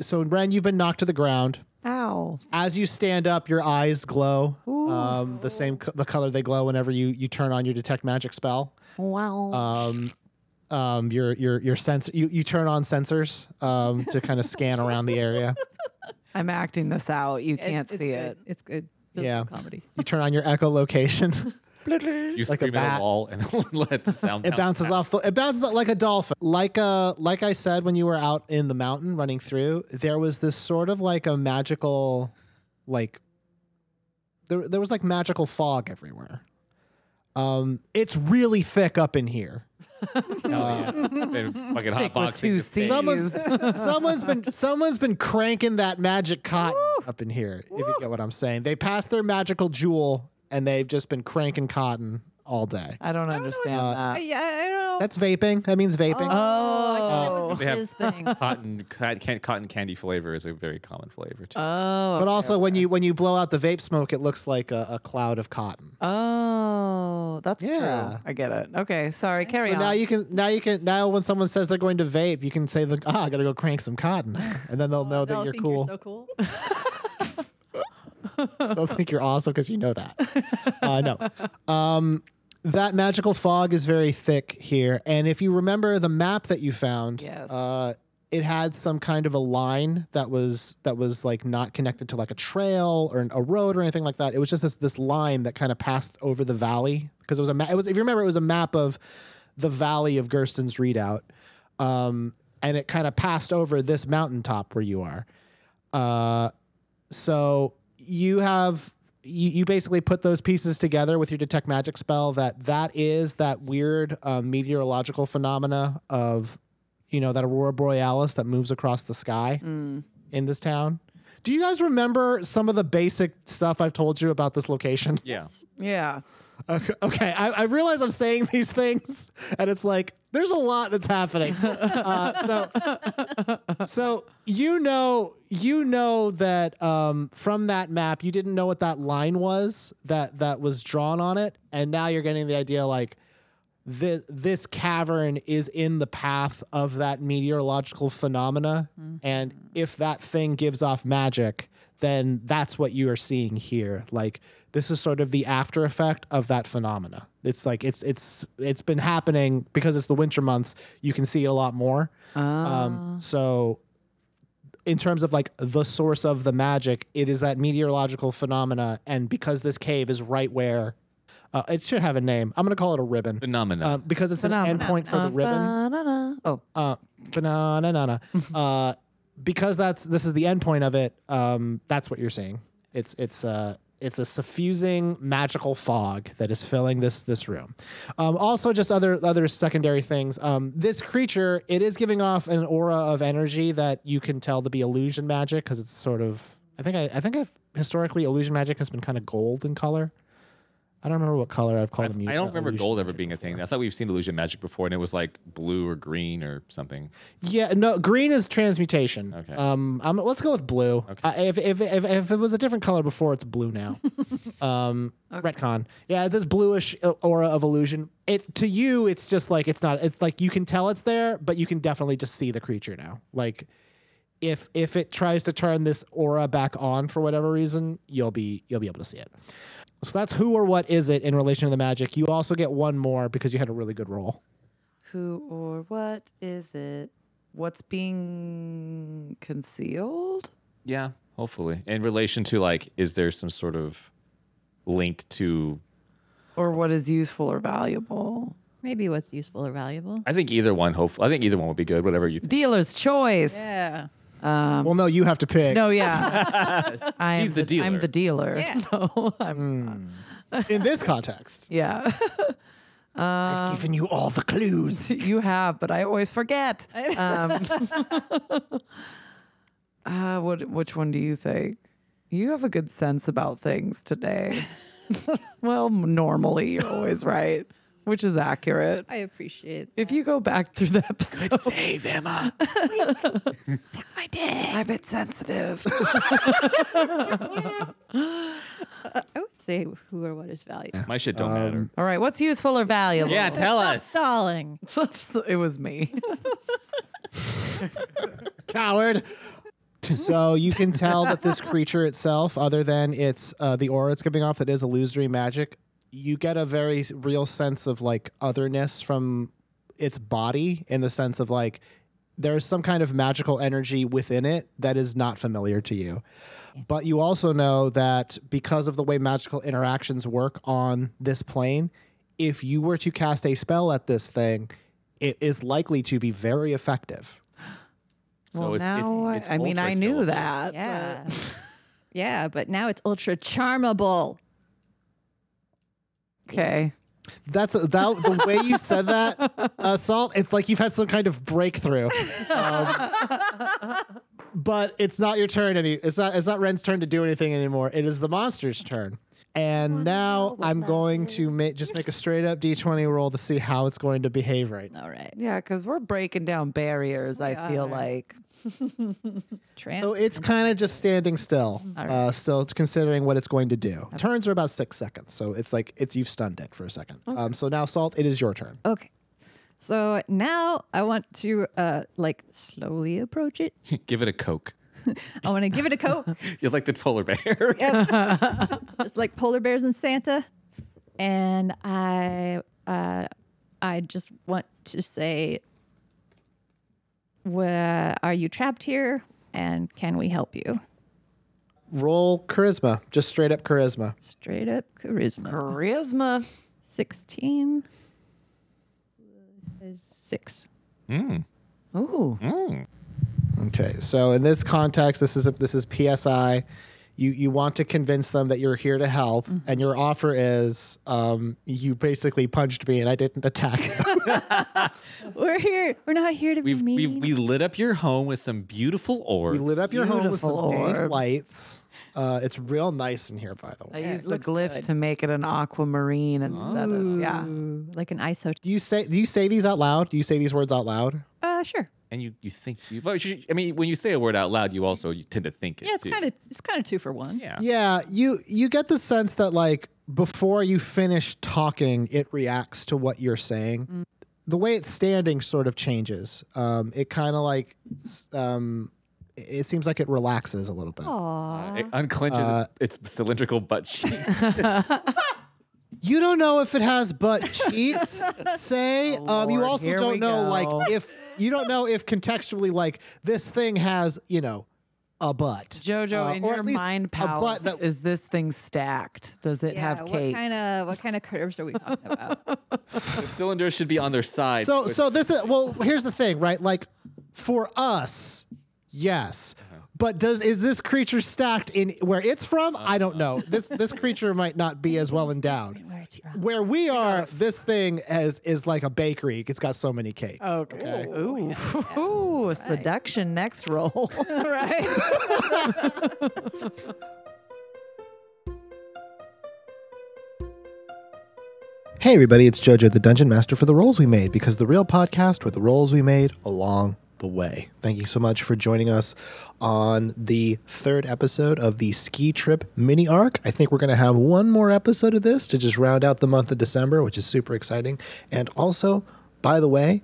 Speaker 1: So, Bren, you've been knocked to the ground.
Speaker 3: Ow.
Speaker 1: As you stand up, your eyes glow. Um, the same co- the color they glow whenever you you turn on your detect magic spell.
Speaker 3: Wow.
Speaker 1: Um, um, your your your sense you, you turn on sensors um, to kind of scan around the area.
Speaker 3: I'm acting this out. You can't
Speaker 4: it's
Speaker 3: see
Speaker 4: good.
Speaker 3: it.
Speaker 4: It's good.
Speaker 1: Yeah.
Speaker 4: Physical Comedy.
Speaker 1: You turn on your echolocation.
Speaker 2: You
Speaker 1: Like a
Speaker 2: scream at
Speaker 1: bat.
Speaker 2: a wall and let the sound
Speaker 1: It bounces off. The, it bounces off like a dolphin. Like uh, like I said, when you were out in the mountain running through, there was this sort of like a magical, like there there was like magical fog everywhere. Um, it's really thick up in here. Uh,
Speaker 2: Hell yeah. They fucking hot box
Speaker 3: two
Speaker 1: Oh,
Speaker 3: C's.
Speaker 1: Someone's someone's been someone's been cranking that magic cotton up in here. If you get what I'm saying, they passed their magical jewel and they've just been cranking cotton all day.
Speaker 3: I don't understand
Speaker 4: I,
Speaker 3: that.
Speaker 4: yeah, I don't know.
Speaker 1: Uh, That's vaping. That means vaping.
Speaker 4: oh, I thought
Speaker 2: They
Speaker 4: that
Speaker 2: have-
Speaker 4: was his thing.
Speaker 2: Cotton, ca- can- cotton candy flavor is a very common flavor too.
Speaker 3: Oh.
Speaker 1: But also, when you when you blow out the vape smoke, it looks like a, a cloud of cotton.
Speaker 3: Oh, that's
Speaker 1: Yeah.
Speaker 3: true. I get it. Okay, sorry. Carry
Speaker 1: So
Speaker 3: on.
Speaker 1: now you can now you can now when someone says they're going to vape, you can say like, ah, I gotta go crank some cotton, and then they'll know that
Speaker 4: They'll
Speaker 1: you're
Speaker 4: think
Speaker 1: cool.
Speaker 4: so cool.
Speaker 1: they'll think you're awesome because you know that. Uh, no, um, that magical fog is very thick here, and if you remember the map that you found,
Speaker 3: Yes.
Speaker 1: uh, it had some kind of a line that was that was like not connected to like a trail or an, a road or anything like that. It was just this this line that kind of passed over the valley because it was a ma- it was if you remember it was a map of the valley of Gersten's Readout, um, and it kind of passed over this mountaintop where you are. Uh, so you have you, you basically put those pieces together with your detect magic spell that that is that weird uh, meteorological phenomena of you know that aurora borealis that moves across the sky
Speaker 3: Mm.
Speaker 1: in this town do you guys remember some of the basic stuff i've told you about this location
Speaker 2: yeah.
Speaker 3: yeah.
Speaker 1: okay, okay, I, I realize i'm saying these things and it's like there's a lot that's happening uh, so so you know you know that um, from that map you didn't know what that line was that that was drawn on it and now you're getting the idea like this, this cavern is in the path of that meteorological phenomena and if that thing gives off magic then that's what you are seeing here like this is sort of the after effect of that phenomena it's like it's it's it's been happening because it's the winter months you can see it a lot more
Speaker 3: Oh.
Speaker 1: um, so in terms of like the source of the magic, it is that meteorological phenomena, and because this cave is right where uh, it should have a name, I'm gonna call it a ribbon
Speaker 2: Phenomena.
Speaker 1: um, because it's an
Speaker 3: Phenomena.
Speaker 1: endpoint for the ribbon.
Speaker 3: Ba-na-na. Oh,
Speaker 1: Uh, banana, banana. uh, because that's this is the endpoint of it. Um, that's what you're seeing. It's it's uh, it's a suffusing magical fog that is filling this this room. Um, also, just other other secondary things. Um, this creature it is giving off an aura of energy that you can tell to be illusion magic because it's sort of. I think I, I think I've historically illusion magic has been kind of gold in color. I don't remember what color I've
Speaker 2: I,
Speaker 1: called them.
Speaker 2: I don't remember gold ever being a thing. I thought we've seen illusion magic before, and it was like blue or green or something.
Speaker 1: Yeah, no, green is transmutation.
Speaker 2: Okay.
Speaker 1: Um, I'm, let's go with blue. Okay. if, if, if, if it was a different color before, it's blue now. um, Retcon. Yeah, this bluish aura of illusion. It to you, it's just like it's not. It's like you can tell it's there, but you can definitely just see the creature now. Like, if if it tries to turn this aura back on for whatever reason, you'll be you'll be able to see it. So that's who or what is it in relation to the magic. You also get one more because you had a really good roll.
Speaker 3: who or what is it? What's being concealed?
Speaker 2: Yeah, hopefully. In relation to like, is there some sort of link to?
Speaker 3: Or what is useful or valuable?
Speaker 4: Maybe what's useful or valuable.
Speaker 2: I think either one. Hopefully, I think either one would be good. Whatever you. think.
Speaker 3: Dealer's choice.
Speaker 4: Yeah.
Speaker 1: Well, no, you have to pick.
Speaker 3: No, yeah. I'm
Speaker 2: She's the
Speaker 3: I'm
Speaker 2: dealer.
Speaker 3: the dealer.
Speaker 4: Yeah.
Speaker 3: No, I'm,
Speaker 1: in this context.
Speaker 3: yeah. Uh,
Speaker 1: I've given you all the clues.
Speaker 3: you have, but I always forget. Um, uh, what, which one do you think? You have a good sense about things today. well, normally you're always right, which is accurate.
Speaker 4: I appreciate
Speaker 3: If you go back through the episode,
Speaker 2: Save Emma.
Speaker 4: I did.
Speaker 3: I'm a bit sensitive.
Speaker 4: I would say who or what is valuable.
Speaker 2: My shit
Speaker 1: Um,
Speaker 2: don't matter.
Speaker 3: All right, what's useful or valuable?
Speaker 2: Yeah, tell us.
Speaker 4: Stalling.
Speaker 3: it was me.
Speaker 1: Coward. so you can tell that this creature itself, other than its uh, the aura it's giving off that is illusory magic, you get a very s- real sense of like otherness from its body in the sense of like there is some kind of magical energy within it that is not familiar to you. But you also know that because of the way magical interactions work on this plane, if you were to cast a spell at this thing, it is likely to be very effective.
Speaker 2: So
Speaker 3: well,
Speaker 2: it's- it's-
Speaker 3: now I-
Speaker 2: it's
Speaker 3: I mean,
Speaker 2: ultra
Speaker 3: I knew
Speaker 2: fillable.
Speaker 3: that. but-
Speaker 4: Yeah. yeah, but now it's ultra charmable.
Speaker 3: Okay.
Speaker 1: That's that the way you said that, uh, Salt. It's like you've had some kind of breakthrough. Um, but it's not your turn any. It's not. It's not Ren's turn to do anything anymore. It is the monster's turn. And now I'm going to ma- just make a straight up d20 roll to see how it's going to behave right now.
Speaker 4: All right.
Speaker 3: Yeah, because we're breaking down barriers. I feel
Speaker 4: are.
Speaker 3: like
Speaker 4: Trans-
Speaker 1: So it's kind of just standing still, uh, still considering what it's going to do. Turns are about six seconds, so it's like it's you've stunned it for a second. Um, so now, Salt, it is your turn.
Speaker 4: okay. So now I want to uh like slowly approach it.
Speaker 2: Give it a Coke.
Speaker 4: I want to give it a coat.
Speaker 2: It's like the polar bear.
Speaker 4: just like polar bears and Santa. And I, uh, I just want to say, where are you trapped here? And can we help you?
Speaker 1: Roll charisma, just straight up charisma.
Speaker 4: Straight up charisma.
Speaker 3: charisma.
Speaker 4: Sixteen is six.
Speaker 3: Ooh,
Speaker 1: Okay, so in this context, this is a, this is PSI. You you want to convince them that you're here to help,
Speaker 3: Mm-hmm.
Speaker 1: and your offer is um, you basically punched me and I didn't attack.
Speaker 4: We're here. We're not here to
Speaker 2: We've,
Speaker 4: be mean.
Speaker 2: we've, we lit up your home with some beautiful orbs.
Speaker 1: we lit up your home with some
Speaker 3: Beautiful
Speaker 1: dank
Speaker 3: orbs.
Speaker 1: lights. Uh, it's real nice in here, by the
Speaker 3: I
Speaker 1: way.
Speaker 3: used
Speaker 4: it
Speaker 3: the
Speaker 4: looks
Speaker 3: glyph
Speaker 4: good.
Speaker 3: to make it an aquamarine instead of yeah.
Speaker 4: Ooh, like an ISO.
Speaker 1: Do you say do you say these out loud? Do you say these words out loud?
Speaker 4: Uh, sure.
Speaker 2: and you, you think you, but you- I mean, when you say a word out loud, you also you tend to think it.
Speaker 4: Yeah, it's
Speaker 2: too.
Speaker 4: kind of it's kind of two for one.
Speaker 2: Yeah.
Speaker 1: Yeah, you you get the sense that like before you finish talking, it reacts to what you're saying.
Speaker 3: Mm.
Speaker 1: The way it's standing sort of changes. Um, it kind of like s- um, it- it seems like it relaxes a little bit.
Speaker 3: Oh.
Speaker 4: Aw.
Speaker 2: Uh, it unclenches
Speaker 1: Uh,
Speaker 2: its, its cylindrical butt cheeks.
Speaker 1: You don't know if it has butt cheeks. say um, you
Speaker 3: Oh, Lord,
Speaker 1: also
Speaker 3: here
Speaker 1: don't
Speaker 3: we
Speaker 1: know
Speaker 3: go.
Speaker 1: like if you don't know if contextually like this thing has you know a butt.
Speaker 3: Jojo,
Speaker 1: Uh,
Speaker 3: in
Speaker 1: or
Speaker 3: your
Speaker 1: at least
Speaker 3: mind
Speaker 1: a
Speaker 3: palace,
Speaker 1: butt that
Speaker 3: is this thing stacked? Does it
Speaker 4: Yeah,
Speaker 3: have
Speaker 4: what
Speaker 3: cake?
Speaker 4: kind of what kind of curves are we talking about?
Speaker 2: the cylinders should be on their side.
Speaker 1: So so this is well. Here's the thing, right? Like for us, yes. But does is this creature stacked in where it's from? I don't know. This this creature might not be as well endowed.
Speaker 4: Where it's from.
Speaker 1: Where we are, this thing as is like a bakery. It's got so many cakes.
Speaker 3: Oh, okay. Ooh, ooh, seduction next roll.
Speaker 4: right?
Speaker 1: Hey everybody, it's Jojo the Dungeon Master for the roles we made because the real podcast were the roles we made along the way. Thank you so much for joining us on the third episode of the Ski Trip mini arc. I think we're going to have one more episode of this to just round out the month of December, which is super exciting. And also, by the way,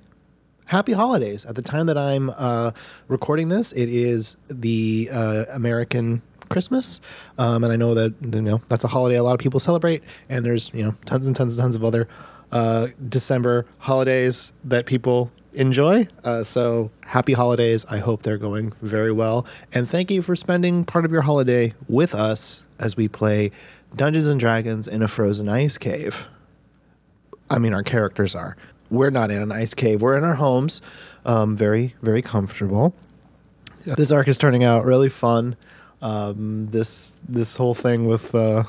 Speaker 1: happy holidays. At the time that I'm uh, recording this, it is the uh, American Christmas, um, and I know that you know that's a holiday a lot of people celebrate, and there's you know tons and tons and tons of other uh, December holidays that people enjoy. Uh, so happy holidays! I hope they're going very well, and thank you for spending part of your holiday with us as we play Dungeons and Dragons in a frozen ice cave. I mean, our characters are. We're not in an ice cave. We're in our homes, um, very, very comfortable. This arc is turning out really fun. Um, this this whole thing with uh,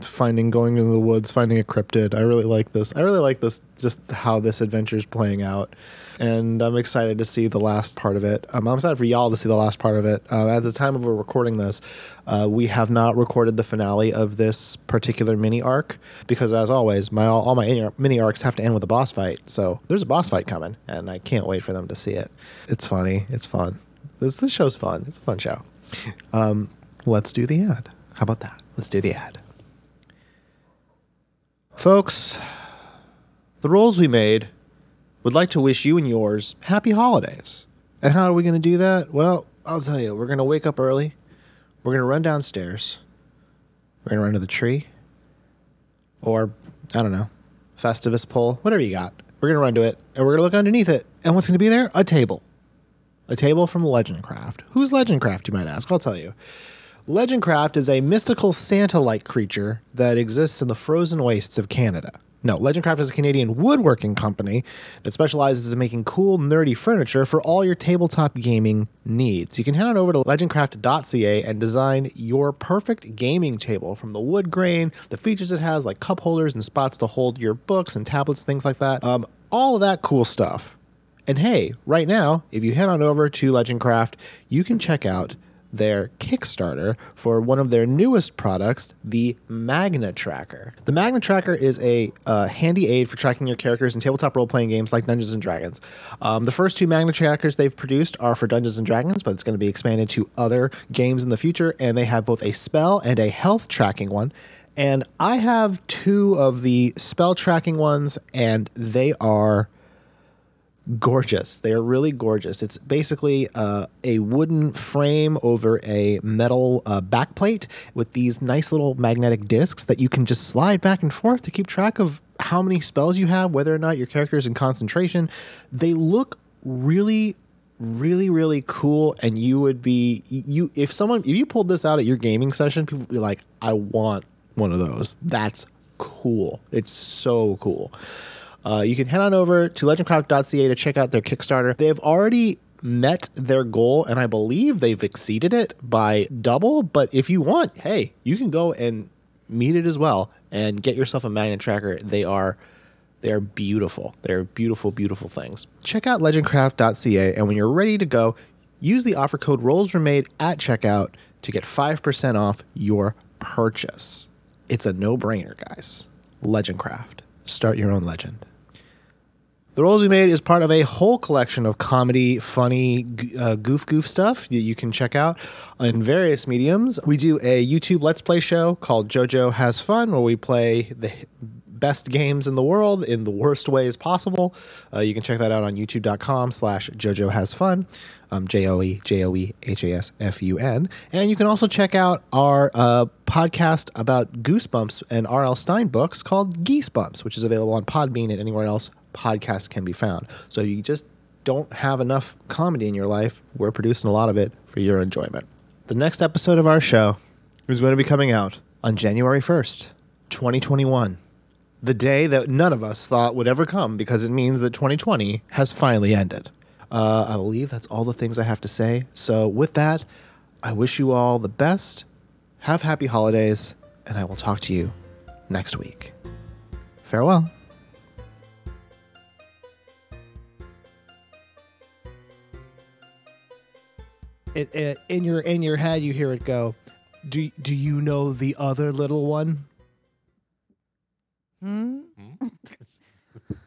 Speaker 1: finding going into the woods, finding a cryptid. I really like this. I really like this. Just how this adventure is playing out, and I'm excited to see the last part of it. Um, I'm excited for y'all to see the last part of it. Uh, at the time of we're recording this, uh, we have not recorded the finale of this particular mini arc because, as always, my all, all my mini- mini arcs have to end with a boss fight. So there's a boss fight coming, and I can't wait for them to see it. It's funny. It's fun. This this show's fun. It's a fun show. Um, let's do the ad. How about that? Let's do the ad. Folks, the rolls we made would like to wish you and yours happy holidays. And how are we going to do that? Well, I'll tell you, we're going to wake up early. We're going to run downstairs. We're going to run to the tree. Or, I don't know, Festivus pole, whatever you got. We're going to run to it and we're going to look underneath it. And what's going to be there? A table. A table from Legendcraft. Who's Legendcraft, you might ask? I'll tell you. Legendcraft is a mystical Santa like creature that exists in the frozen wastes of Canada. No, Legendcraft is a Canadian woodworking company that specializes in making cool, nerdy furniture for all your tabletop gaming needs. You can head on over to legendcraft.ca and design your perfect gaming table from the wood grain, the features it has, like cup holders and spots to hold your books and tablets, things like that. Um, all of that cool stuff. And hey, right now, if you head on over to Legendcraft, you can check out their Kickstarter for one of their newest products, the Magna Tracker. The Magna Tracker is a uh, handy aid for tracking your characters in tabletop role playing games like Dungeons and Dragons. Um, the first two Magna Trackers they've produced are for Dungeons and Dragons, but it's going to be expanded to other games in the future, and they have both a spell and a health tracking one. And I have two of the spell tracking ones, and they are gorgeous. They are really gorgeous. It's basically uh, a wooden frame over a metal uh, backplate with these nice little magnetic discs that you can just slide back and forth to keep track of how many spells you have, whether or not your character is in concentration. They look really really really cool and you would be you if someone if you pulled this out at your gaming session people would be like i want one of those that's cool it's so cool uh, you can head on over to legendcraft.ca to check out their Kickstarter. They've already met their goal, and I believe they've exceeded it by double. But if you want, hey, you can go and meet it as well and get yourself a magnet tracker. They are they are beautiful. They're beautiful, beautiful things. Check out legendcraft.ca, and when you're ready to go, use the offer code ROLLSREMADE at checkout to get 5% off your purchase. It's a no brainer, guys. Legendcraft. Start your own legend. The Rolls We Made is part of a whole collection of comedy, funny, g- uh, goof goof stuff that you can check out in various mediums. We do a YouTube Let's Play show called JoJo Has Fun, where we play the h- best games in the world in the worst ways possible. Uh, you can check that out on youtube.com slash JoJo Has Fun, um, J-O-E, J-O-E-H-A-S-F-U-N. And you can also check out our uh, podcast about Goosebumps and R.L. Stein books called Geesebumps, which is available on Podbean and anywhere else podcast can be found. So you just don't have enough comedy in your life. We're producing a lot of it for your enjoyment. The next episode of our show is going to be coming out on January 1st, 2021. The day that none of us thought would ever come because it means that 2020 has finally ended. Uh, I believe that's all the things I have to say. So, with that, I wish you all the best. Have happy holidays, and I will talk to you next week. Farewell. it, it, in your in your head you hear it go do do you know the other little one
Speaker 3: Hmm?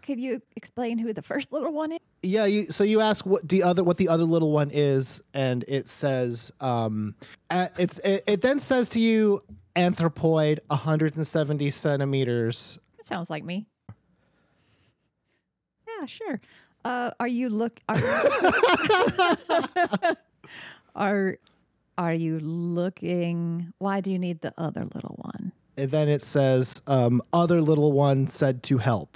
Speaker 4: Could you explain who the first little one is?
Speaker 1: yeah you, so you ask what the other what the other little one is and it says um a- it's it, it then says to you anthropoid 170 centimeters
Speaker 4: That sounds like me. Yeah, sure. Uh, are you look? Are, are are you looking? Why do you need the other little one?
Speaker 1: and then it says um other little one said to help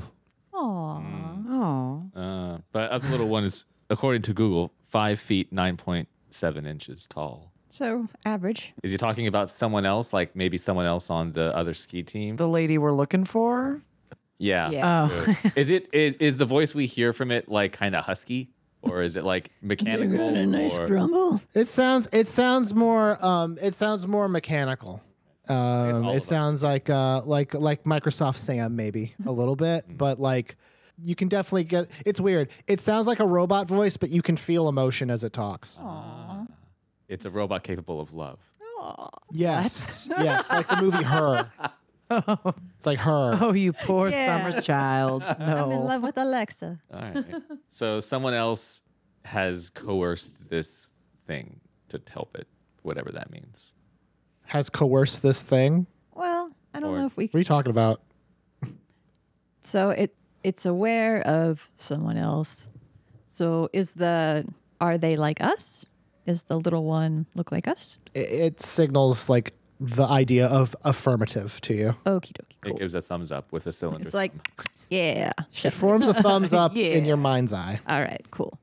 Speaker 4: Aw,
Speaker 3: Oh.
Speaker 2: Uh, but other little one is, according to Google, five feet nine point seven inches tall.
Speaker 4: so average.
Speaker 2: Is he talking about someone else, like maybe someone else on the other ski team?
Speaker 3: The lady we're looking for?
Speaker 2: Yeah.
Speaker 4: Yeah.
Speaker 3: Oh.
Speaker 2: Is it is is the voice we hear from it like kind of husky, or is it like mechanical? or-
Speaker 4: grumble.
Speaker 1: it sounds it sounds more um it sounds more mechanical um,
Speaker 2: all of
Speaker 1: it
Speaker 2: us.
Speaker 1: sounds like uh like like Microsoft Sam maybe
Speaker 2: Mm-hmm.
Speaker 1: a little bit, but like you can definitely get it's weird. It sounds like a robot voice, but you can feel emotion as it talks.
Speaker 2: It's a robot capable of love.
Speaker 1: Yes. yes, like the movie Her. It's like her.
Speaker 3: Oh, you poor
Speaker 4: Yeah.
Speaker 3: summer child. No.
Speaker 4: I'm in love with Alexa.
Speaker 2: All right. so someone else has coerced this thing to help it, whatever that means.
Speaker 1: Has coerced this thing.
Speaker 4: Well, I don't
Speaker 2: Or-
Speaker 4: know if we.
Speaker 1: What are you talking about?
Speaker 4: So it it's aware of someone else. So is the are they like us? Is the little one look like us?
Speaker 1: I- It signals like the idea of affirmative to you.
Speaker 4: Okie dokie.
Speaker 2: It
Speaker 4: Cool.
Speaker 2: gives a thumbs up with a cylinder.
Speaker 4: It's like, yeah.
Speaker 1: It
Speaker 4: Chef.
Speaker 1: forms a thumbs up in
Speaker 3: Yeah.
Speaker 1: your mind's eye.
Speaker 4: All right, cool.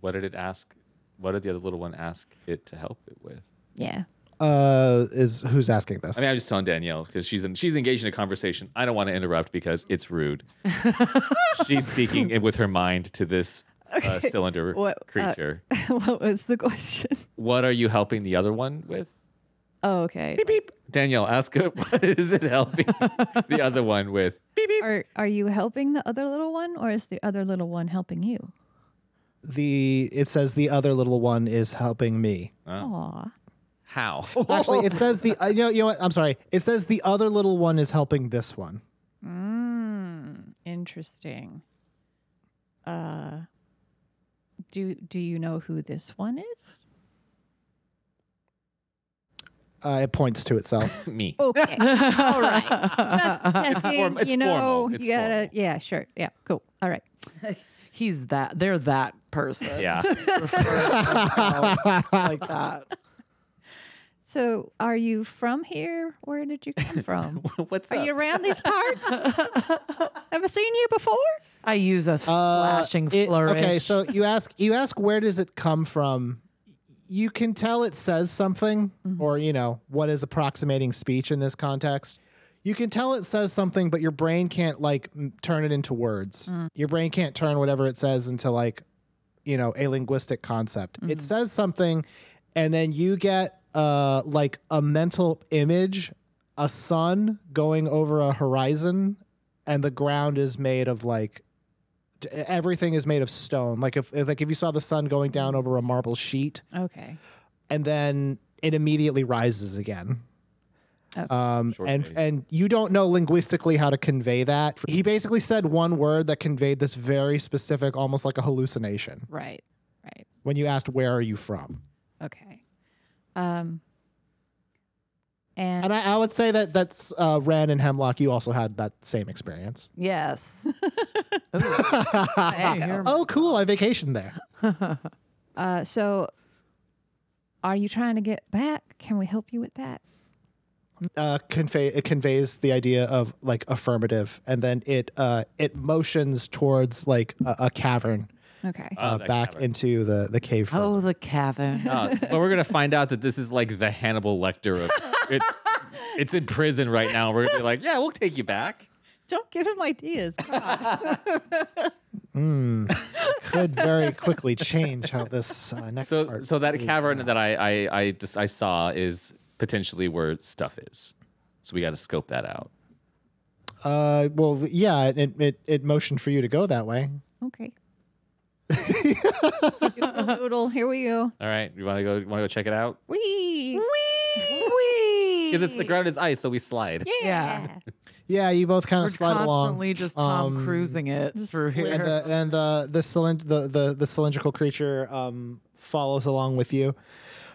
Speaker 2: what did it ask? What did the other little one ask it to help it with?
Speaker 4: Yeah.
Speaker 1: Uh, is who's asking this?
Speaker 2: I mean, I'm just telling Danielle because she's in, she's engaged in a conversation. I don't want to interrupt because it's rude. she's speaking in- with her mind to this uh, cylinder
Speaker 4: What, uh,
Speaker 2: creature.
Speaker 4: what was the question?
Speaker 2: what are you helping the other one with?
Speaker 4: Oh, okay.
Speaker 2: Beep. Danielle, ask her what is it helping the other one with? Beep beep.
Speaker 4: Are are you helping the other little one, or is the other little one helping you?
Speaker 1: the it says the other little one is helping me.
Speaker 2: Oh.
Speaker 4: Aw.
Speaker 2: How?
Speaker 1: Actually, it says the uh, you know you know what? I'm sorry. It says the other little one is helping this one.
Speaker 4: Mm, interesting. Uh, do do you know who this one is?
Speaker 1: Uh, it points to itself.
Speaker 2: Me.
Speaker 4: Okay, all right. Just checking.
Speaker 2: form- it's
Speaker 4: you know,
Speaker 2: formal. It's
Speaker 4: you gotta,
Speaker 2: formal.
Speaker 4: yeah, sure, yeah, cool. All right.
Speaker 3: He's that. They're that person.
Speaker 2: Yeah.
Speaker 3: Refer to themselves like that.
Speaker 4: So, are you from here? Where did you come from?
Speaker 2: What's
Speaker 4: are
Speaker 2: up?
Speaker 4: you around these parts? Ever seen you before?
Speaker 3: I use a flashing
Speaker 1: it-
Speaker 3: flourish.
Speaker 1: Okay, so you ask you ask where does it come from? You can tell it says something, or you know what is approximating speech in this context. You can tell it says something, but your brain can't like m- turn it into words. Your brain can't turn whatever it says into like, you know, a linguistic concept. It says something, and then you get uh like a mental image, a sun going over a horizon, and the ground is made of like d- e, everything is made of stone. Like if, if like if you saw the sun going down over a marble sheet,
Speaker 4: Okay.
Speaker 1: and then it immediately rises again.
Speaker 4: Okay.
Speaker 1: Um,
Speaker 2: Short
Speaker 1: and
Speaker 2: days.
Speaker 1: and you don't know linguistically how to convey that. He basically said one word that conveyed this very specific, almost like a hallucination.
Speaker 4: Right. Right.
Speaker 1: When you asked, "Where are you from?"
Speaker 4: Okay. Um. And,
Speaker 1: and I, I would say that that's uh, Ren and Hemlock. You also had that same experience.
Speaker 3: yes.
Speaker 4: There you go.
Speaker 1: oh, cool! I vacationed there.
Speaker 4: Uh, so, are you trying to get back? Can we help you with that?
Speaker 1: uh, convey it conveys the idea of like affirmative, and then it uh, it motions towards like a, a cavern
Speaker 4: Okay.
Speaker 2: Oh,
Speaker 1: uh,
Speaker 2: that
Speaker 1: back
Speaker 2: cavern.
Speaker 1: into the the cave. further.
Speaker 3: Oh, the cavern.
Speaker 2: Oh, but we're gonna find out that this is like the Hannibal Lecter of it's it's in prison right now. We're gonna be like, yeah, we'll take you back.
Speaker 4: Don't give him ideas.
Speaker 1: Could very quickly change how this uh, next
Speaker 2: So
Speaker 1: part
Speaker 2: so that
Speaker 1: plays
Speaker 2: cavern
Speaker 1: out.
Speaker 2: that I I I, just, I saw is potentially where stuff is. So we got to scope that out.
Speaker 1: Uh, well, yeah, it, it it motioned for you to go that way.
Speaker 4: okay. Doodle, doodle, here we go.
Speaker 2: All right, you want to go? You want to go check it out?
Speaker 4: Wee.
Speaker 3: Wee.
Speaker 2: Because it's the ground is ice, so we slide.
Speaker 4: Yeah.
Speaker 3: Yeah.
Speaker 1: Yeah, you both kind
Speaker 3: We're
Speaker 1: of slide along.
Speaker 3: constantly just Tom
Speaker 1: Um,
Speaker 3: Cruising it through here.
Speaker 1: and the and the the, cylind- the the the cylindrical creature um, follows along with you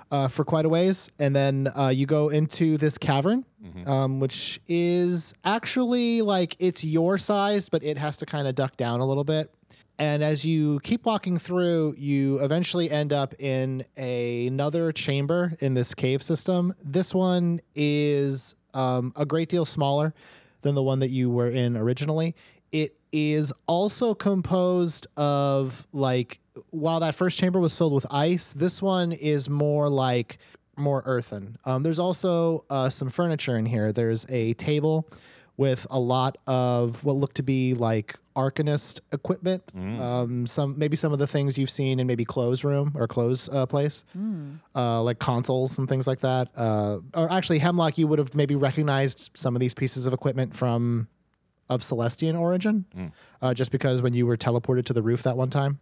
Speaker 1: uh, for quite a ways, and then uh, you go into this cavern, um, which is actually like it's your size, but it has to kind of duck down a little bit. And as you keep walking through, you eventually end up in a- another chamber in this cave system. This one is um, a great deal smaller than the one that you were in originally. It is also composed of like while that first chamber was filled with ice, this one is more like more earthen. Um, there's also uh, some furniture in here. There's a table with a lot of what look to be like arcanist equipment. Um, some maybe some of the things you've seen in maybe clothes room or clothes uh, place, uh, like consoles and things like that. Uh, or actually, Hemlock, you would have maybe recognized some of these pieces of equipment from of Celestian origin, uh, just because when you were teleported to the roof that one time.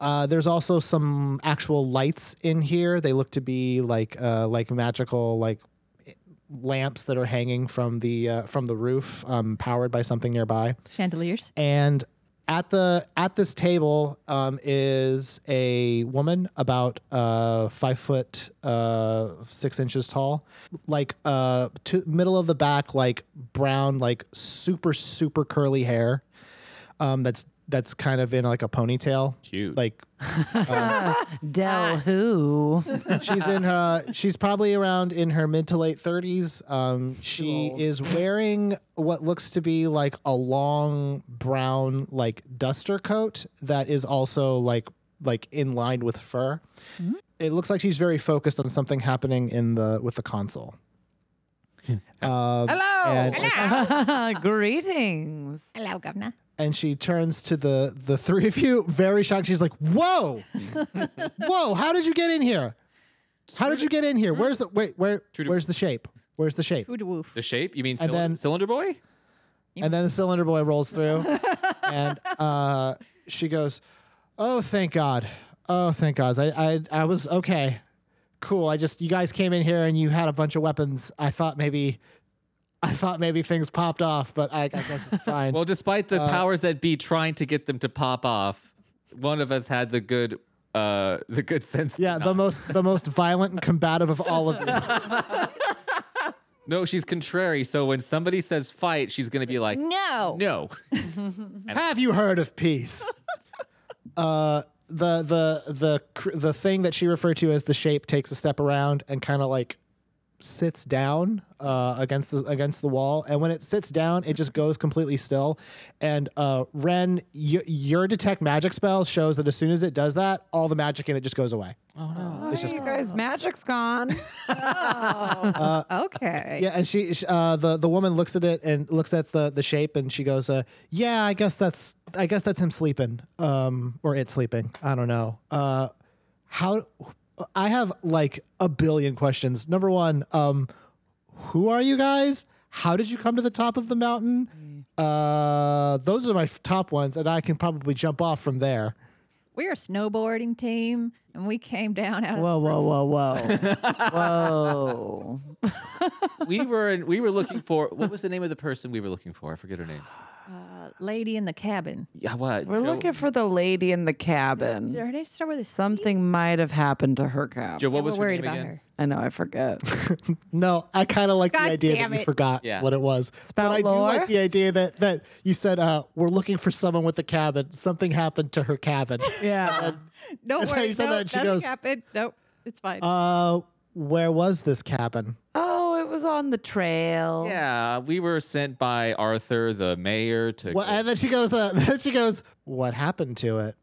Speaker 1: Uh, there's also some actual lights in here. They look to be like uh, like magical like eh, lamps that are hanging from the uh, from the roof, um, powered by something nearby.
Speaker 4: Chandeliers.
Speaker 1: And at the at this table um, is a woman about uh, five foot uh, six inches tall, like uh, to middle of the back, like brown, like super super curly hair. Um, that's that's kind of in like a ponytail.
Speaker 2: Cute.
Speaker 1: Like
Speaker 3: Del who?
Speaker 1: she's in her she's probably around in her mid to late 30s um, she is wearing what looks to be like a long brown like duster coat that is also like like in line with fur
Speaker 3: Mm-hmm.
Speaker 1: it looks like she's very focused on something happening in the with the console um,
Speaker 3: Hello.
Speaker 1: and-
Speaker 3: Greetings.
Speaker 4: Hello, governor.
Speaker 1: and she turns to the the three of you very shocked she's like whoa whoa how did you get in here how did you get in here where's the wait where
Speaker 2: True to-
Speaker 1: where's the shape where's the shape
Speaker 4: Hood woof.
Speaker 2: the shape? You mean
Speaker 1: And
Speaker 2: cylinder,
Speaker 1: then-
Speaker 2: cylinder boy?
Speaker 1: And then the cylinder boy rolls through, and uh, she goes, "Oh, thank God! Oh, thank God! I, I, I was okay, cool. I just you guys came in here and you had a bunch of weapons. I thought maybe, I thought maybe things popped off, but I, I guess it's fine.
Speaker 2: Well, despite
Speaker 1: Uh,
Speaker 2: the powers that be trying to get them to pop off, one of us had the good, uh, the good sense.
Speaker 1: yeah, the most the most violent and combative of all of you.
Speaker 2: No, she's contrary. So when somebody says fight, she's gonna be like,
Speaker 4: No.
Speaker 2: no.
Speaker 1: Have you heard of peace? Uh, the the the cr- the thing that she referred to as the shape takes a step around and kind of like sits down uh, against the against the wall, and when it sits down, it just goes completely still. And uh, Ren, y- your detect magic spell shows that as soon as it does that, all the magic in it just goes away.
Speaker 3: It's just you guys, magic's gone.
Speaker 4: okay.
Speaker 1: Yeah, and she sh- uh, the the woman looks at it and looks at the the shape, and she goes, uh, "Yeah, I guess that's I guess that's him sleeping, um, or it sleeping. I don't know. Uh, how I have like a billion questions. Number one, um, who are you guys? How did you come to the top of the mountain? Uh, those are my f- top ones, and I can probably jump off from there.
Speaker 4: We're a snowboarding team, and we came down out of
Speaker 3: Whoa, whoa, whoa, whoa. whoa.
Speaker 2: we were in, we were looking for what was the name of the person we were looking for? I forget her name.
Speaker 4: lady in the cabin.
Speaker 2: Yeah, what?
Speaker 3: We're
Speaker 2: Jo-
Speaker 3: looking for the lady in the cabin.
Speaker 4: Did her name start with a C?
Speaker 3: Something might have happened to her cab.
Speaker 2: Jo, what
Speaker 4: Yeah,
Speaker 2: was
Speaker 4: we're
Speaker 2: her
Speaker 4: worried
Speaker 2: name
Speaker 4: about
Speaker 2: again?
Speaker 4: her.
Speaker 3: I know, I forget.
Speaker 1: No, I kind of like the idea that you forgot
Speaker 2: Yeah.
Speaker 1: what it was.
Speaker 3: Spout
Speaker 1: but I
Speaker 3: lore?
Speaker 1: do like the idea that that you said uh, we're looking for someone with a cabin. Something happened to her cabin.
Speaker 3: yeah.
Speaker 4: Don't
Speaker 1: And then
Speaker 4: worry.
Speaker 1: you said
Speaker 4: no,
Speaker 1: that, she
Speaker 4: nothing
Speaker 1: goes-
Speaker 4: happened. Nope. It's fine.
Speaker 1: uh, where was this cabin?
Speaker 3: Oh, it was on the trail.
Speaker 2: Yeah, we were sent by Arthur, the mayor, to.
Speaker 1: Well, and then she goes. Uh, then she goes. What happened to it?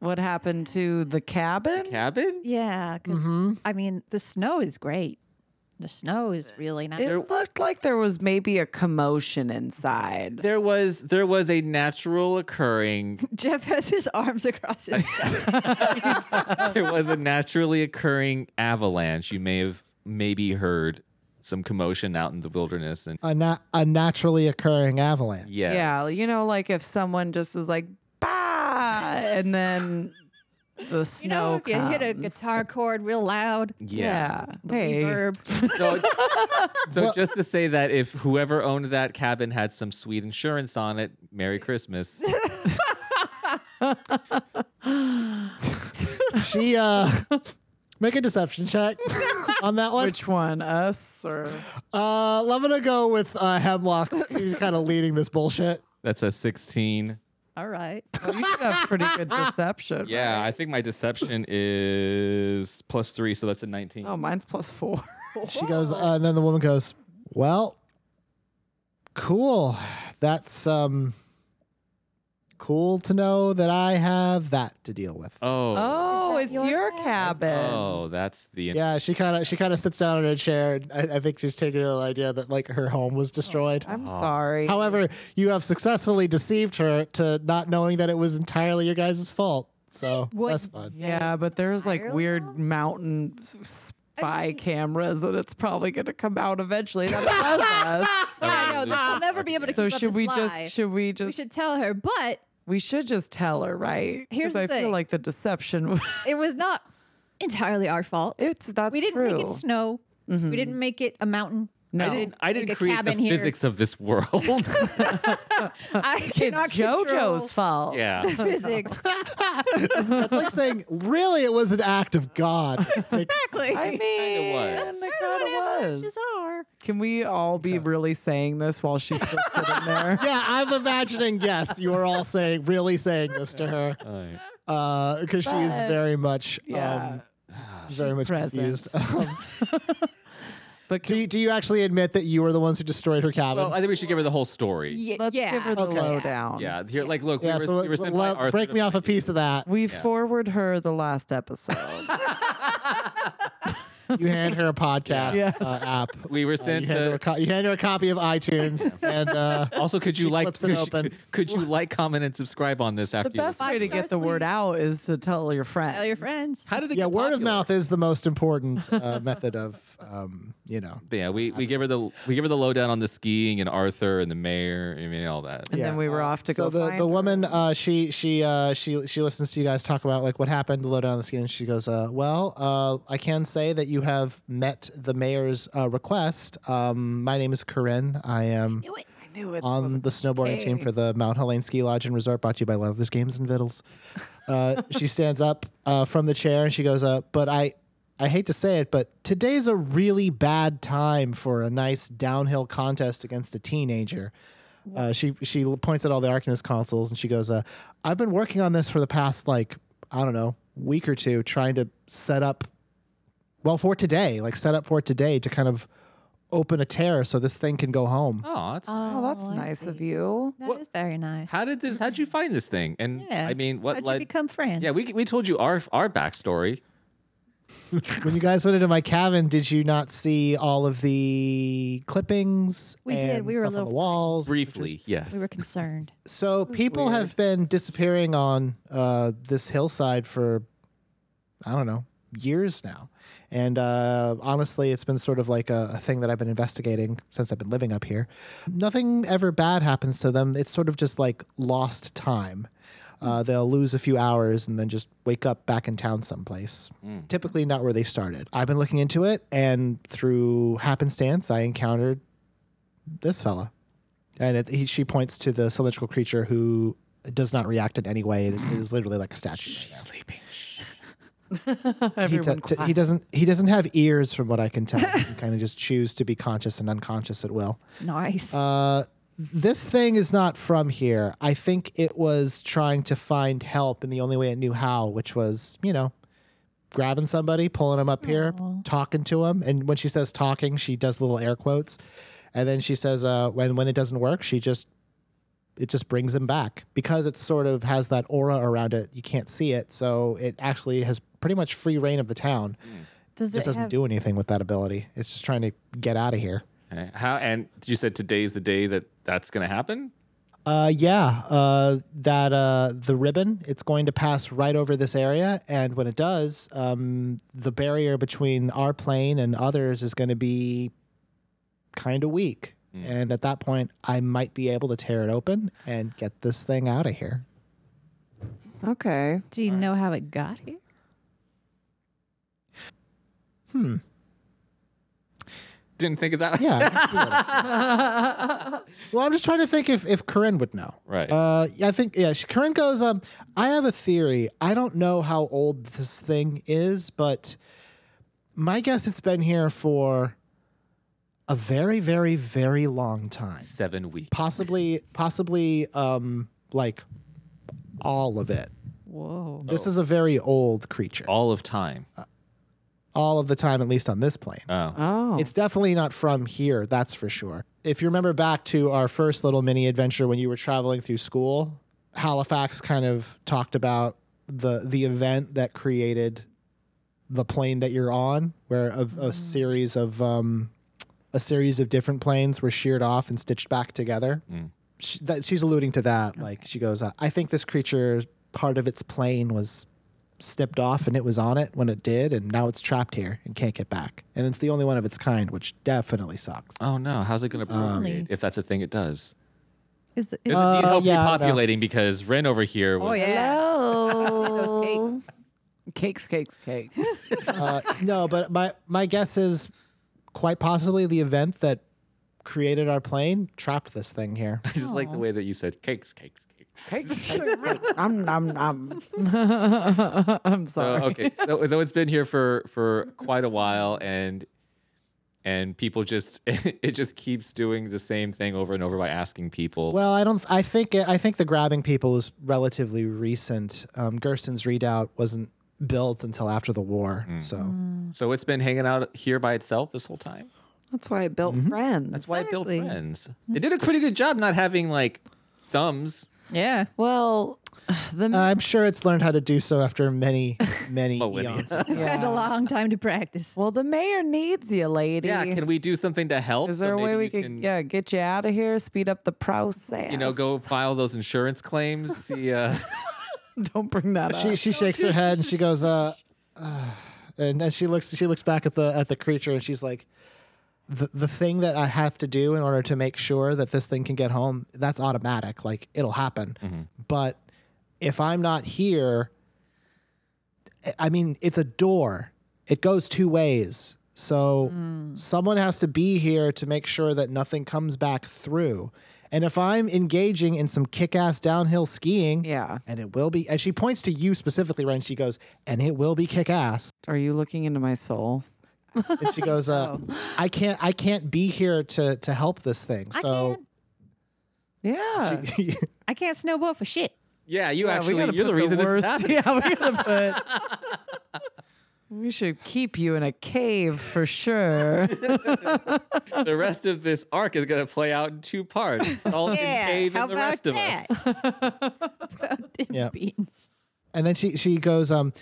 Speaker 3: What happened to the cabin?
Speaker 2: cabin.
Speaker 4: yeah. 'cause, I mean, the snow is great. The snow is really nice.
Speaker 3: It looked like there was maybe a commotion inside.
Speaker 2: There was there was a natural occurring
Speaker 4: Jeff has his arms across his
Speaker 2: there was a naturally occurring avalanche. You may have maybe heard some commotion out in the wilderness, and
Speaker 1: A, na- a naturally occurring avalanche.
Speaker 2: yes.
Speaker 3: Yeah, you know, like if someone just is like, bah, and then the snow.
Speaker 4: You know, if you hit a
Speaker 3: comes.
Speaker 4: guitar chord real loud,
Speaker 2: yeah.
Speaker 3: Yeah. Hey.
Speaker 4: reverb.
Speaker 2: So, so just to say that if whoever owned that cabin had some sweet insurance on it, Merry Christmas.
Speaker 1: She uh, make a deception check on that one.
Speaker 3: Which one? Us or?
Speaker 1: Uh, I'm gonna go with uh, Hemlock. He's kind of leading this bullshit.
Speaker 2: That's a 16.
Speaker 4: All right.
Speaker 3: Well, you should have pretty good deception.
Speaker 2: Yeah,
Speaker 3: right?
Speaker 2: I think my deception is plus three, so that's a 19.
Speaker 3: Oh, mine's plus four.
Speaker 1: She goes, uh, and then the woman goes, "Well, cool. That's um, cool to know that I have that to deal with."
Speaker 2: Oh,
Speaker 3: Oh, it's
Speaker 4: your
Speaker 3: your
Speaker 4: cabin?
Speaker 3: cabin.
Speaker 2: oh, that's the.
Speaker 1: Yeah, she kind of she kind of sits down in her chair. And I, I think she's taking the idea that like her home was destroyed.
Speaker 3: Oh, I'm sorry.
Speaker 1: However, you have successfully deceived her to not knowing that it was entirely your guys' fault. So
Speaker 4: What-
Speaker 1: that's fun.
Speaker 3: yeah, but there's like
Speaker 4: Ireland?
Speaker 3: weird mountain s- spy cameras that it's probably going to come out eventually. That does us.
Speaker 4: I know. This, we'll never be able to
Speaker 3: So
Speaker 4: keep up
Speaker 3: should
Speaker 4: this
Speaker 3: we
Speaker 4: lie.
Speaker 3: just? Should we just?
Speaker 4: we should tell her, but
Speaker 3: just tell her, right? 'Cause
Speaker 4: Here's the
Speaker 3: I
Speaker 4: thing.
Speaker 3: feel like the deception.
Speaker 4: it was not entirely our fault.
Speaker 3: it's that's
Speaker 4: we didn't
Speaker 3: true.
Speaker 4: make it snow. We didn't make it a mountain.
Speaker 3: No.
Speaker 2: I didn't, I didn't
Speaker 4: Like a
Speaker 2: create the
Speaker 4: cabin here.
Speaker 2: physics of this world.
Speaker 4: I
Speaker 3: It's
Speaker 4: cannot control
Speaker 3: JoJo's fault.
Speaker 2: yeah.
Speaker 4: physics.
Speaker 1: That's like saying, really, it was an act of God. Like,
Speaker 4: exactly.
Speaker 3: I mean,
Speaker 2: was.
Speaker 3: it kind of was.
Speaker 4: are.
Speaker 3: Can we all be really saying this while she's still sitting there?
Speaker 1: yeah, I'm imagining, yes, you are all saying, really saying this to her.
Speaker 2: Alright.
Speaker 1: Because Uh, she is
Speaker 3: But-
Speaker 1: very much,
Speaker 3: Yeah.
Speaker 1: um, very much
Speaker 3: Ah, present.
Speaker 1: confused. Um,
Speaker 3: But
Speaker 1: do,
Speaker 3: can,
Speaker 1: you, do you actually admit that you were the ones who destroyed her cabin?
Speaker 2: Well, I think we should give her the whole story. Yeah.
Speaker 4: Yeah,
Speaker 3: let's
Speaker 4: yeah.
Speaker 3: give her the
Speaker 1: Okay.
Speaker 3: lowdown.
Speaker 2: here, like, look,
Speaker 1: yeah,
Speaker 2: we were,
Speaker 1: so
Speaker 2: we were sent
Speaker 1: let-
Speaker 2: by Arthur
Speaker 1: break
Speaker 2: to
Speaker 1: me off a piece of that.
Speaker 3: We
Speaker 2: Yeah.
Speaker 3: forward her the last episode.
Speaker 1: You hand her a podcast
Speaker 3: Yes.
Speaker 1: uh, app.
Speaker 2: We were
Speaker 1: You
Speaker 2: sent
Speaker 1: hand, her
Speaker 2: to.
Speaker 1: a co- you hand her a copy of iTunes, and uh,
Speaker 2: Also, could you
Speaker 1: She
Speaker 2: like?
Speaker 1: flips it
Speaker 2: Could,
Speaker 1: open.
Speaker 2: You, could you like, comment, and subscribe on this after
Speaker 3: the
Speaker 2: you?
Speaker 3: best
Speaker 2: listen?
Speaker 3: way to
Speaker 4: Five
Speaker 3: get the
Speaker 4: stars,
Speaker 3: word out is to tell your friends.
Speaker 4: Tell your friends.
Speaker 2: How did they?
Speaker 1: yeah,
Speaker 2: get
Speaker 1: word of
Speaker 2: popular?
Speaker 1: mouth is the most important uh, method of, um, you know.
Speaker 2: But yeah, we, we give her the we give her the lowdown on the skiing and Arthur and the mayor. I mean, all that.
Speaker 3: And then we were
Speaker 1: uh,
Speaker 3: off to
Speaker 1: so
Speaker 3: go
Speaker 1: the,
Speaker 3: find
Speaker 1: the
Speaker 3: her.
Speaker 1: woman uh, she she uh, she she listens to you guys talk about like what happened low down on the skin and she goes uh, well uh, i can say that you have met the mayor's uh, request um, my name is corinne i am
Speaker 4: Do it.
Speaker 3: I knew it.
Speaker 1: on the snowboarding team for the Mount Helene Ski Lodge and Resort, brought to you by Leathers Games and Vittles. Uh, she stands up uh, from the chair and she goes, uh, "But I, I hate to say it, but today's a really bad time for a nice downhill contest against a teenager." Uh, she she points at all the Arcanist consoles and she goes, uh, "I've been working on this for the past like I don't know week or two, trying to set up well for today, like set up for today to kind of." Open a tear so this thing can go home.
Speaker 2: Oh, that's,
Speaker 4: uh,
Speaker 3: Oh, that's
Speaker 4: I
Speaker 3: nice
Speaker 4: see.
Speaker 3: of you.
Speaker 4: That is
Speaker 2: What-
Speaker 4: very nice.
Speaker 2: how did this? How'd you find this thing? And
Speaker 4: yeah.
Speaker 2: I mean, what
Speaker 4: How'd
Speaker 2: led?
Speaker 4: you become friends?
Speaker 2: yeah, we we told you our our backstory.
Speaker 1: when you guys went into my cabin, did you not see all of the clippings?
Speaker 4: We did.
Speaker 1: and
Speaker 4: We were a
Speaker 1: stuff on
Speaker 4: little-
Speaker 1: the walls.
Speaker 2: Briefly, yes.
Speaker 4: we were concerned.
Speaker 1: So people
Speaker 3: weird.
Speaker 1: have been disappearing on uh, this hillside for I don't know years now, and uh, honestly, it's been sort of like a, a thing that I've been investigating since I've been living up here. Nothing ever bad happens to them. It's sort of just like lost time. Uh, they'll lose a few hours and then just wake up back in town someplace. Typically, not where they started. I've been looking into it, and through happenstance, I encountered this fella. And it, he, she points to the cylindrical creature who does not react in any way. It is, it is literally like a statue. right
Speaker 2: sleeping.
Speaker 1: now. He,
Speaker 3: Everyone
Speaker 1: do- he doesn't. He doesn't have ears, from what I can tell. He can kind of just choose to be conscious and unconscious at will.
Speaker 4: Nice.
Speaker 1: Uh, this thing is not from here. I think it was trying to find help, and the only way it knew how, which was, you know, grabbing somebody, pulling them up here, talking to them. And when she says talking, she does little air quotes, and then she says, uh, when when it doesn't work, she just it just brings them back because it sort of has that aura around it. You can't see it, so it actually has pretty much free reign of the town.
Speaker 4: Mm. Does
Speaker 1: It just
Speaker 4: it
Speaker 1: doesn't
Speaker 4: have,
Speaker 1: do anything with that ability. It's just trying to get out of here.
Speaker 2: Okay. How and you said today's the day that that's gonna happen.
Speaker 1: Uh, yeah, uh, that uh, the ribbon it's going to pass right over this area, and when it does, um, the barrier between our plane and others is going to be kind of weak. And at that point, I might be able to tear it open and get this thing out of here.
Speaker 3: Okay.
Speaker 4: Do you know how it got here?
Speaker 2: Didn't think of that.
Speaker 1: Yeah. well, I'm just trying to think if, if Corinne would know.
Speaker 2: Right.
Speaker 1: Uh, yeah, I think, yeah, she, Corinne goes, um, I have a theory. I don't know how old this thing is, but my guess it's been here for a very, very, very long time.
Speaker 2: Seven weeks.
Speaker 1: Possibly, possibly, um, like all of it.
Speaker 4: Whoa.
Speaker 1: This is a very old creature.
Speaker 2: All of time.
Speaker 1: Uh, All of the time, at least on this plane.
Speaker 2: Oh.
Speaker 3: Oh.
Speaker 1: It's definitely not from here, that's for sure. If you remember back to our first little mini adventure when you were traveling through school, Halifax kind of talked about the the event that created the plane that you're on, where a, a series of um, a series of different planes were sheared off and stitched back together. She, that, she's alluding to that. Like she goes, uh, I think this creature part of its plane was snipped off and it was on it when it did, and now it's trapped here and can't get back. And it's the only one of its kind, which definitely sucks.
Speaker 2: Oh no. How's it gonna
Speaker 4: lonely.
Speaker 2: propagate if that's a thing it does?
Speaker 4: Is it,
Speaker 2: Does it need
Speaker 4: is
Speaker 1: Uh,
Speaker 2: help
Speaker 1: yeah, I don't know.
Speaker 2: repopulating because Ren over here was
Speaker 4: oh yeah.
Speaker 3: Hello.
Speaker 4: Those
Speaker 3: Cakes, cakes, cakes.
Speaker 1: Uh, no, but my my guess is quite possibly the event that created our plane trapped this thing here.
Speaker 2: I just like the way that you said cakes, cakes, cakes.
Speaker 3: I'm, I'm, I'm. I'm
Speaker 2: So,
Speaker 3: sorry.
Speaker 2: Uh, okay, so, so it's been here for for quite a while, and and people just it just keeps doing the same thing over and over by asking people.
Speaker 1: Well, I don't. I think I think the grabbing people is relatively recent. Um, Gersten's redoubt wasn't built until after the war, so
Speaker 2: so it's been hanging out here by itself this whole time.
Speaker 3: That's why I built friends.
Speaker 2: That's why it built
Speaker 4: Exactly.
Speaker 2: friends.
Speaker 3: Mm-hmm.
Speaker 2: It did a pretty good job not having like thumbs.
Speaker 4: Yeah.
Speaker 3: Well, the
Speaker 1: I'm sure it's learned how to do so after many many
Speaker 2: Millennia.
Speaker 1: eons.
Speaker 4: I've had a
Speaker 3: Yes.
Speaker 4: long time to practice.
Speaker 3: well, the mayor needs you, lady.
Speaker 2: Yeah, can we do something to help?
Speaker 3: Is
Speaker 2: So
Speaker 3: there a way
Speaker 2: maybe
Speaker 3: we
Speaker 2: you
Speaker 3: could yeah get you out of here, speed up the process?
Speaker 2: you know, go file those insurance claims. See, uh,
Speaker 3: Don't bring that
Speaker 1: She
Speaker 3: up.
Speaker 1: she shakes her head and she goes, uh, uh," and and she looks she looks back at the at the creature and she's like, the the thing that I have to do in order to make sure that this thing can get home, that's automatic. Like it'll happen, but if I'm not here, I- I mean, it's a door. It goes two ways. So someone has to be here to make sure that nothing comes back through. And if I'm engaging in some kick ass downhill skiing,
Speaker 3: Yeah.
Speaker 1: and it will be, and she points to you specifically, Ryan. She goes, and it will be kick ass.
Speaker 3: Are you looking into my soul?
Speaker 1: And she goes, uh,
Speaker 4: Oh.
Speaker 1: I can't, I can't be here to to help this thing. So
Speaker 3: Yeah.
Speaker 4: I can't snowboard for shit.
Speaker 2: yeah, you
Speaker 3: Yeah, we
Speaker 2: actually,
Speaker 3: gotta
Speaker 2: you're
Speaker 3: put
Speaker 2: the reason this is
Speaker 3: worst-
Speaker 2: happening.
Speaker 3: Yeah, we gotta put. we should keep you in a cave for sure.
Speaker 2: the rest of this arc is going to play out in two parts. Salt and Cave and the rest of us.
Speaker 1: Yeah.
Speaker 4: Beans.
Speaker 1: and then she she goes, um,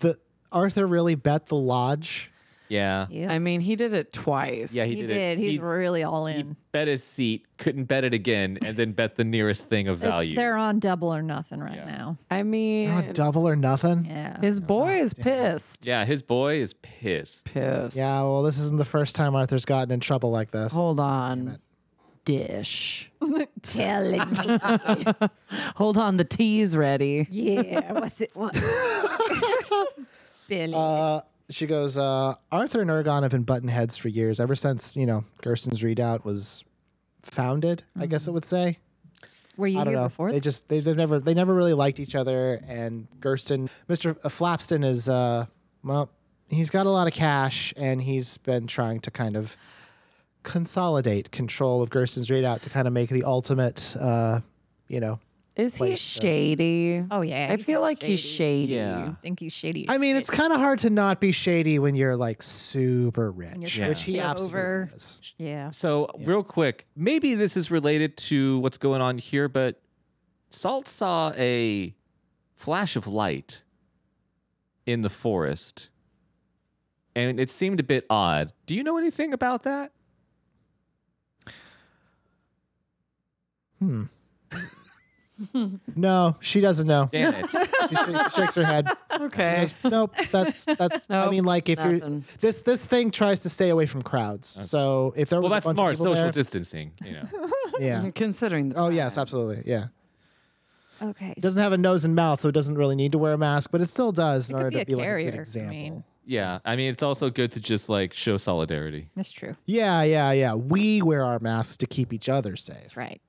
Speaker 1: the Arthur really bet the lodge.
Speaker 2: Yeah.
Speaker 4: Yeah.
Speaker 3: I mean, he did it twice.
Speaker 2: Yeah,
Speaker 4: He,
Speaker 2: he,
Speaker 4: did.
Speaker 2: did, it.
Speaker 4: He's
Speaker 2: He-
Speaker 4: really all in.
Speaker 2: he bet his seat, couldn't bet it again, and then bet the nearest thing of
Speaker 4: It's-
Speaker 2: value.
Speaker 4: They're on double or nothing right
Speaker 2: Yeah.
Speaker 4: now.
Speaker 3: I mean,
Speaker 1: Oh, double or nothing.
Speaker 4: Yeah.
Speaker 3: his boy is pissed.
Speaker 2: Yeah, his boy is pissed.
Speaker 3: Pissed.
Speaker 1: Yeah, well, this isn't the first time Arthur's gotten in trouble like this.
Speaker 4: Oh.
Speaker 3: Hold on, dish.
Speaker 4: Telling me.
Speaker 3: Hold on, the tea's ready.
Speaker 4: yeah. What's it? What? Billy.
Speaker 1: Uh, she goes, uh, Arthur and Ergon have been button heads for years, ever since, you know, Gersten's Redoubt was founded, I
Speaker 4: Mm-hmm.
Speaker 1: guess it would say.
Speaker 4: Were you
Speaker 1: I don't
Speaker 4: here
Speaker 1: know.
Speaker 4: before?
Speaker 1: They
Speaker 4: that?
Speaker 1: just they, they've never they never really liked each other. And Gersten, Mister Flapston is uh well, he's got a lot of cash, and he's been trying to kind of consolidate control of Gersten's readout to kind of make the ultimate, uh, you know.
Speaker 3: Is he
Speaker 1: Wait, uh,
Speaker 3: shady?
Speaker 4: oh yeah.
Speaker 3: I
Speaker 4: he's
Speaker 3: feel
Speaker 4: all
Speaker 3: like he's shady.
Speaker 2: Yeah.
Speaker 4: think he's shady.
Speaker 1: I mean, it's kind of hard to not be shady when you're like super
Speaker 4: you're
Speaker 1: rich,
Speaker 4: Yeah.
Speaker 1: which he
Speaker 4: Yeah.
Speaker 1: absolutely
Speaker 4: Over.
Speaker 1: is.
Speaker 4: yeah.
Speaker 2: So, real quick, maybe this is related to what's going on here, but Salt saw a flash of light in the forest, and it seemed a bit odd. Do you know anything about that?
Speaker 1: No, she doesn't know.
Speaker 2: Damn it.
Speaker 1: She sh- shakes her head. She
Speaker 3: Okay.
Speaker 1: goes, nope, that's that's. I
Speaker 3: Nope,
Speaker 1: mean, like if you're
Speaker 3: nothing.
Speaker 1: this this thing tries to stay away from crowds. So if there
Speaker 2: well,
Speaker 1: was
Speaker 2: that's
Speaker 1: a bunch
Speaker 2: smart
Speaker 1: of people
Speaker 2: social
Speaker 1: there,
Speaker 2: distancing, you know.
Speaker 1: yeah.
Speaker 3: Considering the
Speaker 1: Oh yes,
Speaker 3: time.
Speaker 1: absolutely. Yeah,
Speaker 4: Okay.
Speaker 1: it doesn't have a nose and mouth, so it doesn't really need to wear a mask, but it still does in
Speaker 4: could
Speaker 1: order to
Speaker 4: be a
Speaker 1: be like a
Speaker 4: carrier,
Speaker 1: good
Speaker 4: I
Speaker 1: example.
Speaker 4: mean.
Speaker 2: yeah, I mean, it's also good to just like show solidarity.
Speaker 4: That's true.
Speaker 1: Yeah, yeah, yeah. We wear our masks to keep each other safe.
Speaker 4: That's right.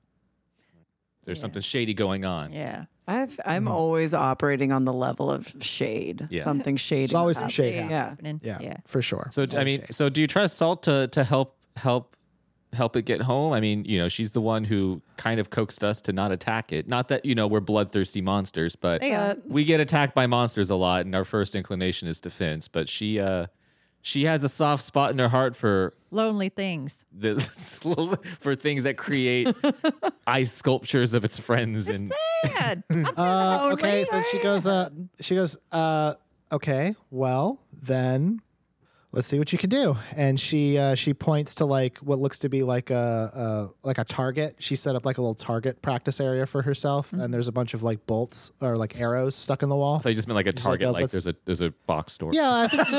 Speaker 2: There's something shady going on.
Speaker 4: Yeah.
Speaker 3: I've, I'm
Speaker 1: Mm-hmm.
Speaker 3: always operating on the level of shade.
Speaker 2: Yeah.
Speaker 3: Something shady.
Speaker 1: There's always some shade.
Speaker 4: Yeah.
Speaker 1: happening.
Speaker 3: Yeah.
Speaker 4: happening.
Speaker 1: Yeah,
Speaker 4: Yeah.
Speaker 1: for sure.
Speaker 2: So I mean, so do you trust Salt to to help help help it get home? I mean, you know, she's the one who kind of coaxed us to not attack it. Not that you know we're bloodthirsty monsters, but
Speaker 4: They
Speaker 3: uh,
Speaker 4: are.
Speaker 2: we get attacked by monsters a lot, and our first inclination is defense. But she uh she has a soft spot in her heart for
Speaker 4: lonely things.
Speaker 2: the for things that create ice sculptures of its friends and
Speaker 4: Sad. I'm so
Speaker 1: Uh,
Speaker 4: lonely.
Speaker 1: okay, so she goes. Uh, she goes. Uh, okay, well then, let's see what you can do. And she uh, she points to like what looks to be like a, a like a target. She set up like a little target practice area for herself,
Speaker 4: Mm-hmm.
Speaker 1: and there's a bunch of like bolts or like arrows stuck in the wall.
Speaker 2: I just meant like a
Speaker 1: like,
Speaker 2: target,
Speaker 1: "Oh,
Speaker 2: like,
Speaker 1: let's-
Speaker 2: there's a there's a box store.
Speaker 1: Yeah, I think she's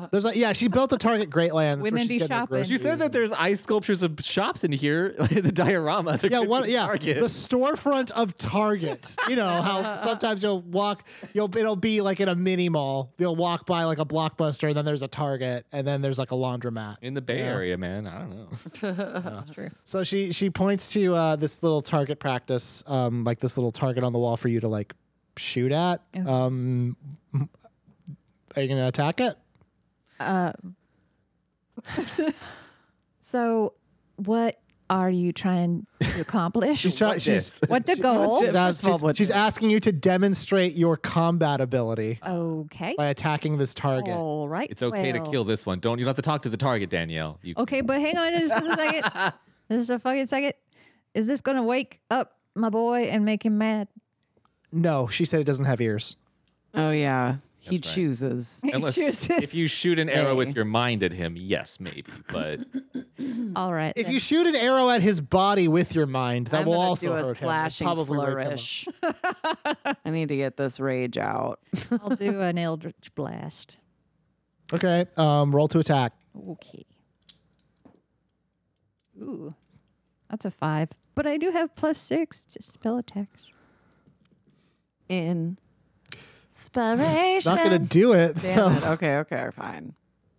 Speaker 1: just there's like yeah, she built a Target Great Land.
Speaker 4: Women be shopping.
Speaker 2: You said that there's ice sculptures of shops in here, like the diorama. There
Speaker 1: yeah,
Speaker 2: could
Speaker 1: one,
Speaker 2: be
Speaker 1: yeah,
Speaker 2: targets.
Speaker 1: the storefront of Target. You know how sometimes you'll walk, you'll it'll be like in a mini mall. You'll walk by like a block Blockbuster, and then there's a Target, and then there's like a laundromat.
Speaker 2: in the Bay Area, man. I don't know.
Speaker 4: That's true.
Speaker 1: So she she points to uh, this little target practice, um, like this little target on the wall for you to like shoot at. Um, are you gonna attack it?
Speaker 4: So, what are you trying to accomplish?
Speaker 1: She's try- she's,
Speaker 4: what the goal?
Speaker 1: she's,
Speaker 3: First of all,
Speaker 1: she's-
Speaker 3: what
Speaker 1: she's
Speaker 3: the-
Speaker 1: asking you to demonstrate your combat ability
Speaker 4: Okay.
Speaker 1: by attacking this target.
Speaker 3: Oh.
Speaker 4: All right.
Speaker 2: It's okay
Speaker 4: well.
Speaker 2: to kill this one. Don't you don't have to talk to the target, Danielle?
Speaker 3: Oh,
Speaker 2: You,
Speaker 4: Okay, but hang on just a second. Just a fucking second. Is this gonna wake up my boy and make him mad?
Speaker 1: No, she said it doesn't have ears.
Speaker 3: Oh yeah, he
Speaker 2: That's right.
Speaker 3: chooses.
Speaker 2: Unless-
Speaker 4: Chooses.
Speaker 2: if you shoot an arrow
Speaker 3: Hey.
Speaker 2: with your mind at him, yes, maybe. But
Speaker 4: All right.
Speaker 1: If
Speaker 4: then.
Speaker 1: you shoot an arrow at his body with your mind, that
Speaker 3: I'm
Speaker 1: will
Speaker 3: gonna
Speaker 1: also
Speaker 3: do a
Speaker 1: hurt
Speaker 3: slashing
Speaker 1: him. It'll Probably wake him up.
Speaker 3: flourish. I need to get this rage out.
Speaker 4: I'll do an eldritch blast.
Speaker 1: Okay, um, roll to attack.
Speaker 4: Okay. Ooh, that's a five. But I do have plus six to spell attacks.
Speaker 3: In inspiration.
Speaker 1: Not gonna do it. so
Speaker 3: Damn it. Okay, okay, fine.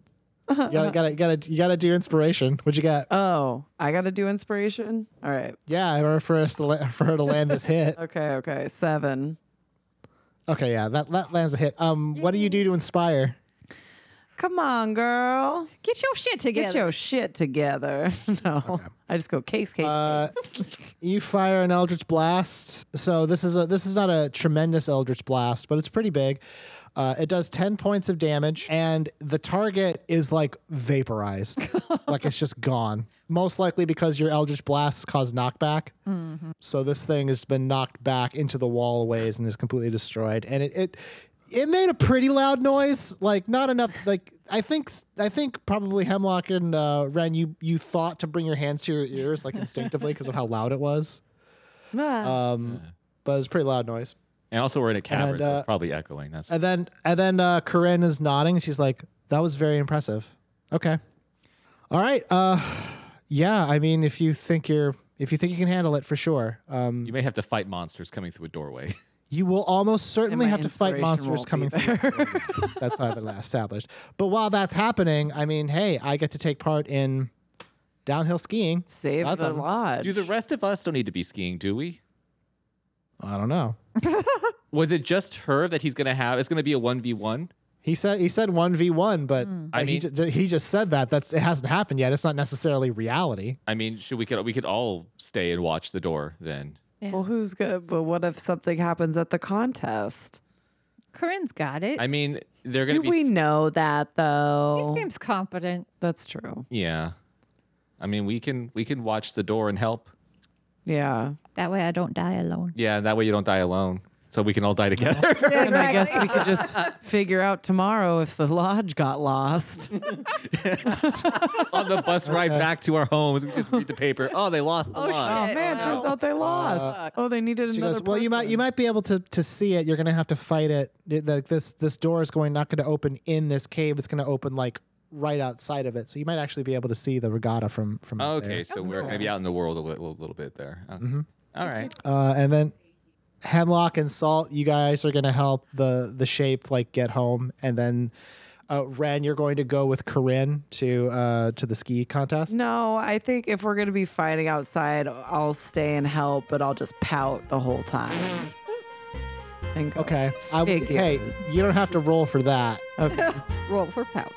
Speaker 1: you gotta, gotta gotta you gotta do inspiration. What'd you get?
Speaker 3: Oh, I got to do inspiration. All right.
Speaker 1: Yeah, in order for us to la- for her to land this hit.
Speaker 3: Okay, okay. Seven.
Speaker 1: Okay, yeah, that, that lands a hit. Um, what do you do to inspire?
Speaker 3: Come on, girl.
Speaker 4: Get your shit together.
Speaker 3: Get your shit together. no, I just go case, case.
Speaker 1: Uh, you fire an eldritch blast. So this is a this is not a tremendous eldritch blast, but it's pretty big. Uh, it does ten points of damage, and the target is like vaporized, like it's just gone. Most likely because your eldritch blasts cause knockback. So this thing has been knocked back into the wall a ways and is completely destroyed. And it it it made a pretty loud noise, like not enough. Like I think I think probably Hemlock and uh, Ren, you you thought to bring your hands to your ears like instinctively because of how loud it was.
Speaker 3: Ah.
Speaker 1: Um, but it was a pretty loud noise.
Speaker 2: and also we're in a cavern,
Speaker 1: And,
Speaker 2: so
Speaker 1: uh,
Speaker 2: it's probably echoing. That's
Speaker 1: And then and then uh, Corinne is nodding. She's like, "That was very impressive." Okay, all right. Uh, yeah, I mean, if you think you're if you think you can handle it, for sure. Um,
Speaker 2: you may have to fight monsters coming through a doorway.
Speaker 1: You will almost certainly
Speaker 3: my
Speaker 1: have to fight
Speaker 3: inspiration
Speaker 1: monsters coming
Speaker 3: won't be
Speaker 1: through. that's how I've been established. But while that's happening, I mean, hey, I get to take part in downhill skiing.
Speaker 3: Save
Speaker 1: that's
Speaker 3: the
Speaker 1: a-
Speaker 3: lodge.
Speaker 2: do the rest of us don't need to be skiing, do we?
Speaker 1: I don't know.
Speaker 2: Was it just her that he's gonna have? It's gonna be a one v one.
Speaker 1: He said he said one v one, but
Speaker 2: I
Speaker 3: Hmm.
Speaker 1: uh, he,
Speaker 2: mean-
Speaker 1: ju- he just said that. That's it hasn't happened yet. It's not necessarily reality.
Speaker 2: I mean, should we could we could all stay and watch the door then?
Speaker 3: well, who's good? But what if something happens at the contest?
Speaker 4: Corinne's got it.
Speaker 2: I mean, they're gonna
Speaker 3: Do
Speaker 2: be
Speaker 3: we
Speaker 2: s-
Speaker 3: know that though?
Speaker 4: she seems competent.
Speaker 3: That's true.
Speaker 2: yeah. I mean, we can we can watch the door and help.
Speaker 3: Yeah.
Speaker 4: That way I don't die alone.
Speaker 2: Yeah, that way you don't die alone. So we can all die together.
Speaker 3: And I guess we could just figure out tomorrow if the lodge got lost.
Speaker 2: on the bus ride back to our homes. We just read the paper. Oh, they lost the
Speaker 3: Oh
Speaker 2: lot.
Speaker 3: man, turns out they lost. oh, they needed
Speaker 1: She
Speaker 3: another.
Speaker 1: goes, well, you might
Speaker 3: person."
Speaker 1: you might be able to to see it. You're gonna have to fight it. Th- Like this this door is going not going to open in this cave. It's going to open like right outside of it. So you might actually be able to see the regatta from from out Oh. there.
Speaker 2: Okay, so we're maybe out in the world a little, little bit there. Okay. All right.
Speaker 1: Uh, and then Hemlock and Salt, you guys are gonna help the the shape like get home, and then uh, Ren, you're going to go with Corinne to uh, to the ski contest.
Speaker 3: No, I think if we're gonna be fighting outside, I'll stay and help, but I'll just pout the whole time. And
Speaker 1: Mm-hmm.
Speaker 3: go,
Speaker 1: Okay, I, w-
Speaker 3: Figures.
Speaker 1: hey, you don't have to roll for that.
Speaker 4: Roll for pout.